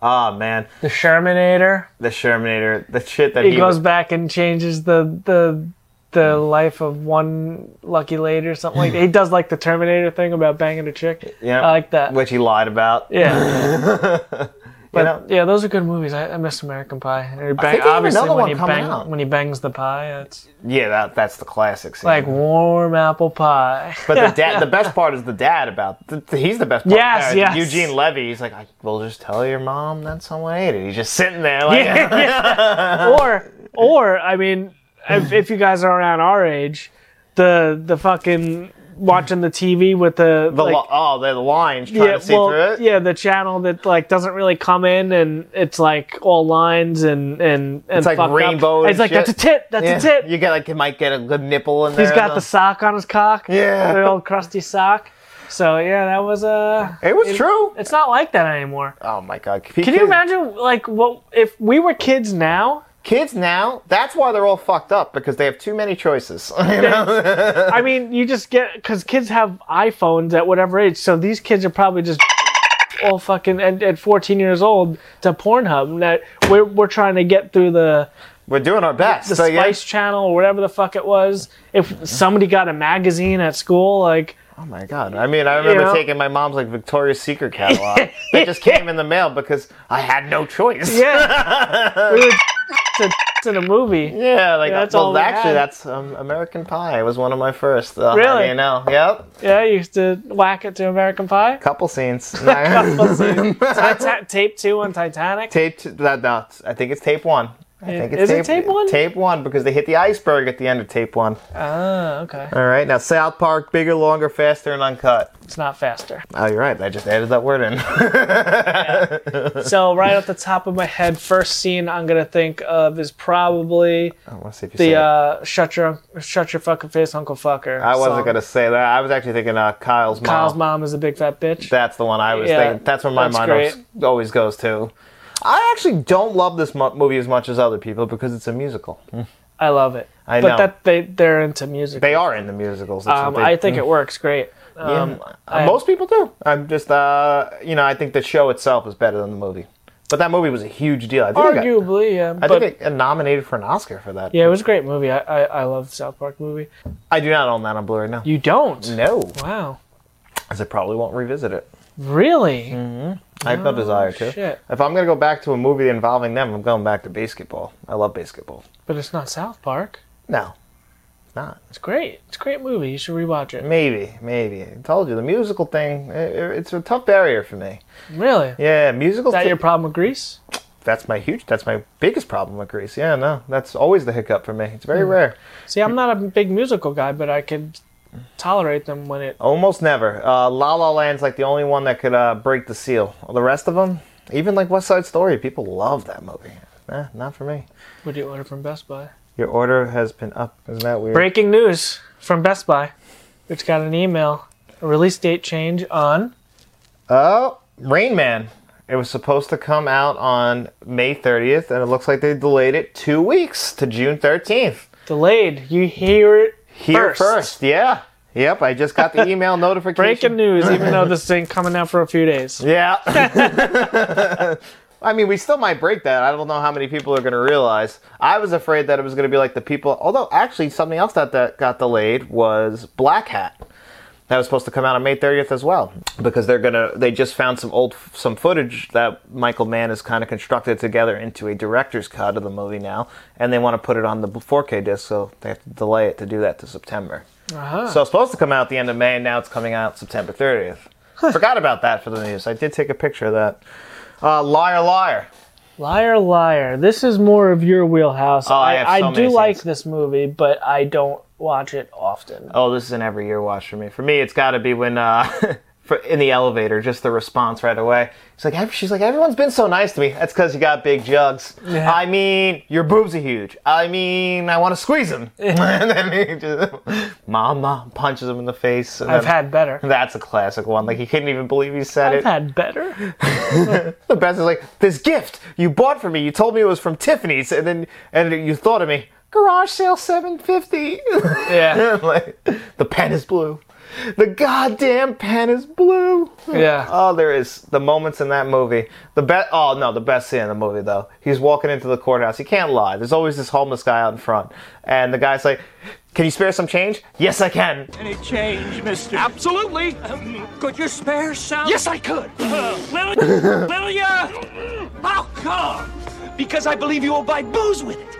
B: Ah man,
A: The Shermanator.
B: the Shermanator, the shit that
A: He
B: he,
A: goes
B: was-
A: back and changes the the the life of one lucky lady or something like that. He does like the Terminator thing about banging a chick.
B: yeah,
A: I like that.
B: which he lied about.
A: Yeah.
B: you
A: But
B: know?
A: yeah, those are good movies. I, I miss American Pie. And he
B: think
A: bang,
B: they have
A: obviously,
B: another
A: when
B: one
A: he,
B: coming
A: bang,
B: out.
A: when he bangs the pie, it's
B: yeah, that that's the classic scene.
A: like warm apple
B: <laughs>
A: pie.
B: But the dad, the best part is the dad about. th- th- he's the best part.
A: Yes,
B: Uh,
A: yes.
B: Eugene Levy. He's like, I will just tell your mom that someone ate it. He's just sitting there like,
A: Yeah. <laughs> or or I mean, if, if you guys are around our age, the the fucking watching the TV with the,
B: <laughs> the
A: like,
B: li- oh, the lines trying to see through it.
A: yeah, the channel that like doesn't really come in, and it's like all lines and and and
B: It's like
A: fucked up.
B: rainbow and
A: It's like
B: shit.
A: that's a tit, that's
B: Yeah.
A: a tit.
B: You get like, you might get a good nipple in there.
A: He's got the sock on his cock.
B: Yeah.
A: the old crusty sock. So yeah, that was uh
B: It was true.
A: It's not like that anymore.
B: Oh my god!
A: Can you imagine like what if we were kids now?
B: Kids now. That's why they're all fucked up because they have too many choices. <laughs> You know?
A: I mean, you just get because kids have iPhones at whatever age, so these kids are probably just all fucking at, at 14 years old to Pornhub. And that we're we're trying to get through the
B: We're doing our best.
A: the
B: so yeah.
A: Spice Channel or whatever the fuck it was. If somebody got a magazine at school, like
B: Oh my god! I mean, I remember
A: know?
B: taking my mom's like Victoria's Secret catalog. that just came in the mail because I had no choice.
A: <laughs>
B: <laughs>
A: yeah, we would <laughs> to <laughs> in a movie.
B: Yeah, like
A: Yeah, that's
B: well,
A: all we
B: actually,
A: had.
B: that's um, American Pie. It was one of my first. Uh,
A: Really?
B: how do You know, yep.
A: Yeah, you used to whack it to American Pie.
B: Couple <laughs> scenes.
A: Tita- tape two on Titanic.
B: <laughs> tape. t- That no, it's- I think it's tape one. I think it's
A: Is it tape one?
B: Tape one because they hit the iceberg at the end of tape one.
A: Ah, okay.
B: All right, now South Park, bigger, longer, faster, and uncut.
A: It's not faster.
B: Oh, you're right. I just added that word in. <laughs>
A: So right off the top of my head, first scene I'm gonna think of is probably
B: I want to see if you
A: the
B: said it.
A: uh, shut your shut your fucking face, Uncle Fucker.
B: I wasn't
A: song.
B: gonna say that. I was actually thinking uh, Kyle's,
A: Kyle's
B: mom.
A: mom is a big fat bitch.
B: That's the one I was
A: Yeah,
B: thinking. That's where my
A: that's
B: mind
A: great.
B: always, always goes to. I actually don't love this mo- movie as much as other people because it's a musical.
A: I love it.
B: I
A: but
B: know.
A: that they they're into music.
B: They are in the musicals. That's
A: um,
B: what they-
A: I think it works great.
B: Yeah.
A: Um,
B: Uh,
A: I-
B: most people do. I'm just, uh, you know, I think the show itself is better than the movie. But that movie was a huge deal. I think It
A: Arguably, yeah.
B: got, I
A: but
B: think it got nominated for an Oscar for that.
A: yeah, it was a great movie. I, I, I love the South Park movie.
B: I do not own that on Blu-ray now.
A: You don't?
B: no,
A: Wow.
B: because I probably won't revisit it.
A: Really?
B: Mm. I have no desire to.
A: Oh, shit.
B: If I'm gonna go back to a movie involving them, I'm going back to basketball. I love basketball.
A: But it's not South Park.
B: No, not
A: It's great. It's a great movie. You should rewatch it.
B: maybe, maybe. I told you the musical thing. i- i- it's a tough barrier for me.
A: Really? Is
B: Mm. Yeah, musicals.
A: that
B: t-
A: your problem with Grease?
B: that's my huge that's my biggest problem with Greece. Yeah, no, that's always the hiccup for me. It's very
A: Hmm.
B: rare.
A: See, I'm not a big musical guy, but I can tolerate them when it.
B: Almost never. Uh, La La Land's like the only one that could uh, break the seal. The rest of them, even like West Side Story, people love that movie. Nah, not for me.
A: What do you order from Best Buy?
B: Your order has been up. Isn't that weird?
A: Breaking news from Best Buy. It's got an email. A release date change on.
B: Oh, Rain Man. It was supposed to come out on May 30th, and it looks like they delayed it two weeks to June 13th.
A: Delayed. You hear it
B: Here
A: First.
B: first, yeah. Yep, I
A: <laughs>
B: just got the email notification.
A: Breaking news, even though this thing coming out for a few days.
B: Yeah. <laughs> I mean, we still might break that. I don't know how many people are going to realize. I was afraid that it was going to be like the people. Although, actually, something else that, that got delayed was Black Hat. That was supposed to come out on May 30th as well, because they're gonna. They just found some old some footage that Michael Mann has kind of constructed together into a director's cut of the movie now, and they want to put it on the 4K disc, so they have to delay it to do that to September. So it's supposed to come out at the end of May, and now it's coming out September 30th. Forgot about that for the news. I did take a picture of that. Uh, liar, liar.
A: Liar, liar. This is more of your wheelhouse.
B: Oh, I have so
A: do
B: many
A: like
B: things.
A: this movie, but I don't watch it often.
B: Oh, this is an every year watch for me. For me, it's got to be when uh, <laughs> for, in the elevator, just the response right away. It's like ev- she's like, everyone's been so nice to me. That's because you got big jugs.
A: Yeah.
B: I mean, your boobs are huge. I mean, I want to squeeze them. <laughs> and then he just, mom, mom punches him in the face. um, and
A: I've
B: then-
A: had better.
B: That's a classic one. Like he couldn't even believe he said
A: I've
B: it.
A: had
B: <laughs>
A: better.
B: The best is like this gift you bought for me. You told me it was from Tiffany's, and then and you <laughs> thought of me. Garage sale seven fifty.
A: Yeah.
B: like the pen is blue. The goddamn pen is blue.
A: Yeah.
B: Oh, there is the moments in that movie. The best. Oh no, the best scene in the movie though. He's walking into the courthouse. He can't lie. There's always this homeless guy out in front, and the guy's like, "Can you spare some change?" Yes, I can.
E: Absolutely. could you spare some? Yes, I could. will, will ya? How come? Because I believe you will buy booze with it.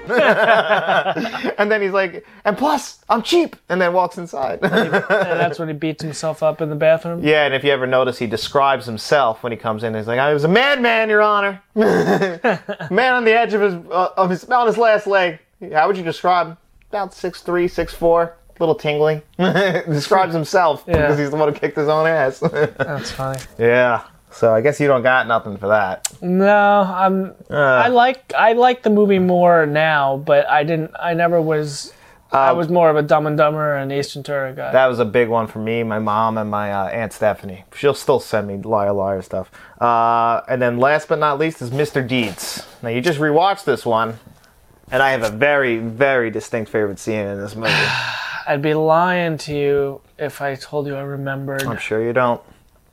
B: And then he's like, "And plus, I'm cheap." And then walks inside. <laughs>
A: And that's when he beats himself up in the bathroom.
B: yeah, and if you ever notice, he describes himself when he comes in. He's like, "I was a madman, Your Honor. <laughs> Man on the edge of his uh, of his on his last leg." How would you describe? him? About six three, six four. Little tingling. <laughs> Describes himself because he's the one who kicked his own ass. <laughs>
A: That's funny.
B: Yeah. So I guess you don't got nothing for that.
A: No, I'm.
B: Uh.
A: I like I like the movie more now, but I didn't. I never was. I was more of a Dumb and Dumber and Ace Ventura guy.
B: Um, That was a big one for me, my mom, and my uh, aunt Stephanie. She'll still send me liar liar stuff. Uh, and then last but not least is Mr. Deeds. Now you just rewatched this one, and I have a very very distinct favorite scene in this
A: <sighs>
B: movie.
A: I'd be lying to you if I told you I remembered
B: I'm sure you don't.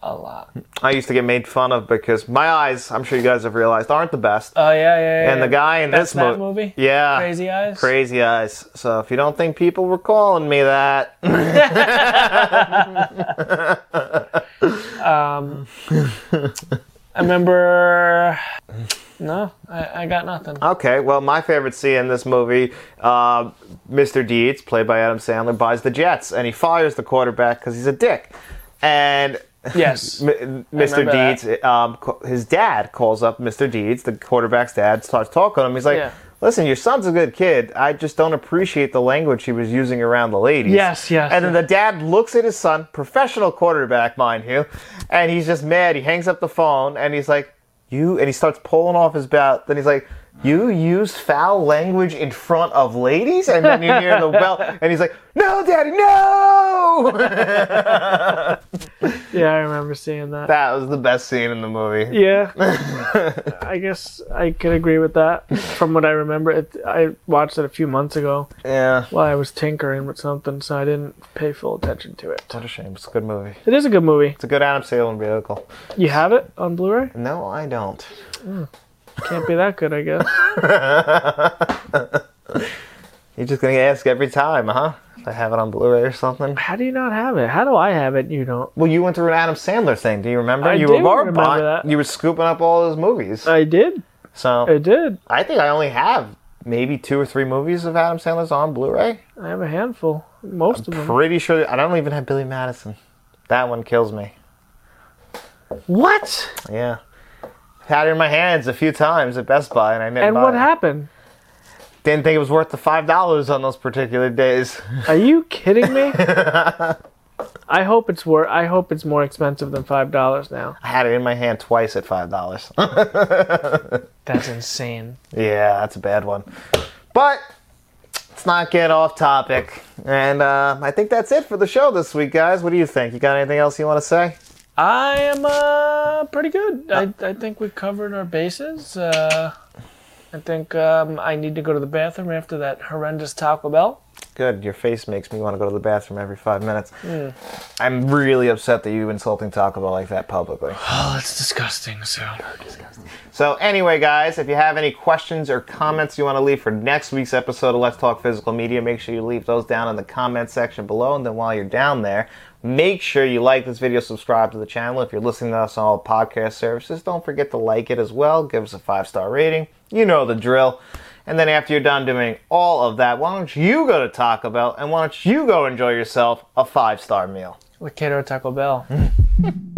A: a lot.
B: I used to get made fun of because my eyes, I'm sure you guys have realized, aren't the best.
A: Oh yeah, yeah. yeah
B: and the guy in
A: That's
B: this mo-
A: that movie?
B: yeah,
A: Crazy Eyes?
B: crazy eyes. So if you don't think people were calling me that,
A: Um, I remember. No, I, I got nothing.
B: Okay, well, my favorite scene in this movie, uh, Mr. Deeds, played by Adam Sandler, buys the Jets, and he fires the quarterback because he's a dick. And
A: Yes.
B: M- Mr.
A: remember that.
B: Deeds, um, co- his dad calls up Mr. Deeds, the quarterback's dad, starts talking to him. He's like,
A: Yeah.
B: "Listen, your son's a good kid. I just don't appreciate the language he was using around the ladies."
A: Yes, yes,
B: And then the dad looks at his son, professional quarterback, mind you, and he's just mad. He hangs up the phone and he's like, "You," and he starts pulling off his belt. Then he's like. You used foul language in front of ladies, and then you
A: <laughs>
B: hear the bell, and he's like, "No, daddy, no!" <laughs>
A: yeah, I remember seeing that.
B: that was the best scene in the movie.
A: Yeah, I guess I can agree with that. From what I remember, it, I watched it a few months ago
B: Yeah.
A: while I was tinkering with something, so I didn't pay full attention to it.
B: What a shame. It's a good movie.
A: It is a good movie.
B: It's a good Adam Sandler vehicle.
A: You have it on Blu-ray?
B: No, I don't.
A: Can't be that good, I guess.
B: You're just gonna ask every time, huh? If I have it on Blu-ray or something.
A: How do you not have it? How do I have it? and You don't.
B: Well, you went through an Adam Sandler thing. Do you remember?
A: I
B: you
A: do
B: bar-
A: remember
B: buying-
A: that.
B: You were scooping up all his movies.
A: I did. I
B: so
A: did.
B: I think I only have maybe two or three movies of Adam Sandler's on Blu-ray.
A: I have a handful. Most of them.
B: Pretty sure I don't even have Billy Madison. That one kills me.
A: What?
B: Yeah. Had it in my hands a few times at Best Buy, and I didn't
A: And
B: buy
A: what
B: it.
A: happened?
B: Didn't think it was worth the five dollars on those particular days. <laughs>
A: Are you kidding <laughs> me? I hope it's wor- I hope it's more expensive than five dollars now.
B: I had it in my hand twice at five dollars.
A: That's insane.
B: Yeah, that's a bad one. But let's not get off topic. And uh, I think that's it for the show this week, guys. What do you think? You got anything else you want to say?
A: I am uh pretty good. I, I think we covered our bases. Uh, I think um, I need to go to the bathroom after that horrendous Taco Bell.
B: Good. Your face makes me want to go to the bathroom every five minutes. I'm really upset that you insulting Taco Bell like that publicly.
A: Oh, that's disgusting. So
B: So, anyway, guys, if you have any questions or comments you want to leave for next week's episode of Let's Talk Physical Media, make sure you leave those down in the comment section below. And then while you're down there, make sure you like this video, subscribe to the channel. If you're listening to us on all podcast services, don't forget to like it as well. Give us a five star rating. You know the drill. And then after you're done doing all of that, why don't you go to Taco Bell and why don't you go enjoy yourself a five star meal?
A: Locato Taco Bell.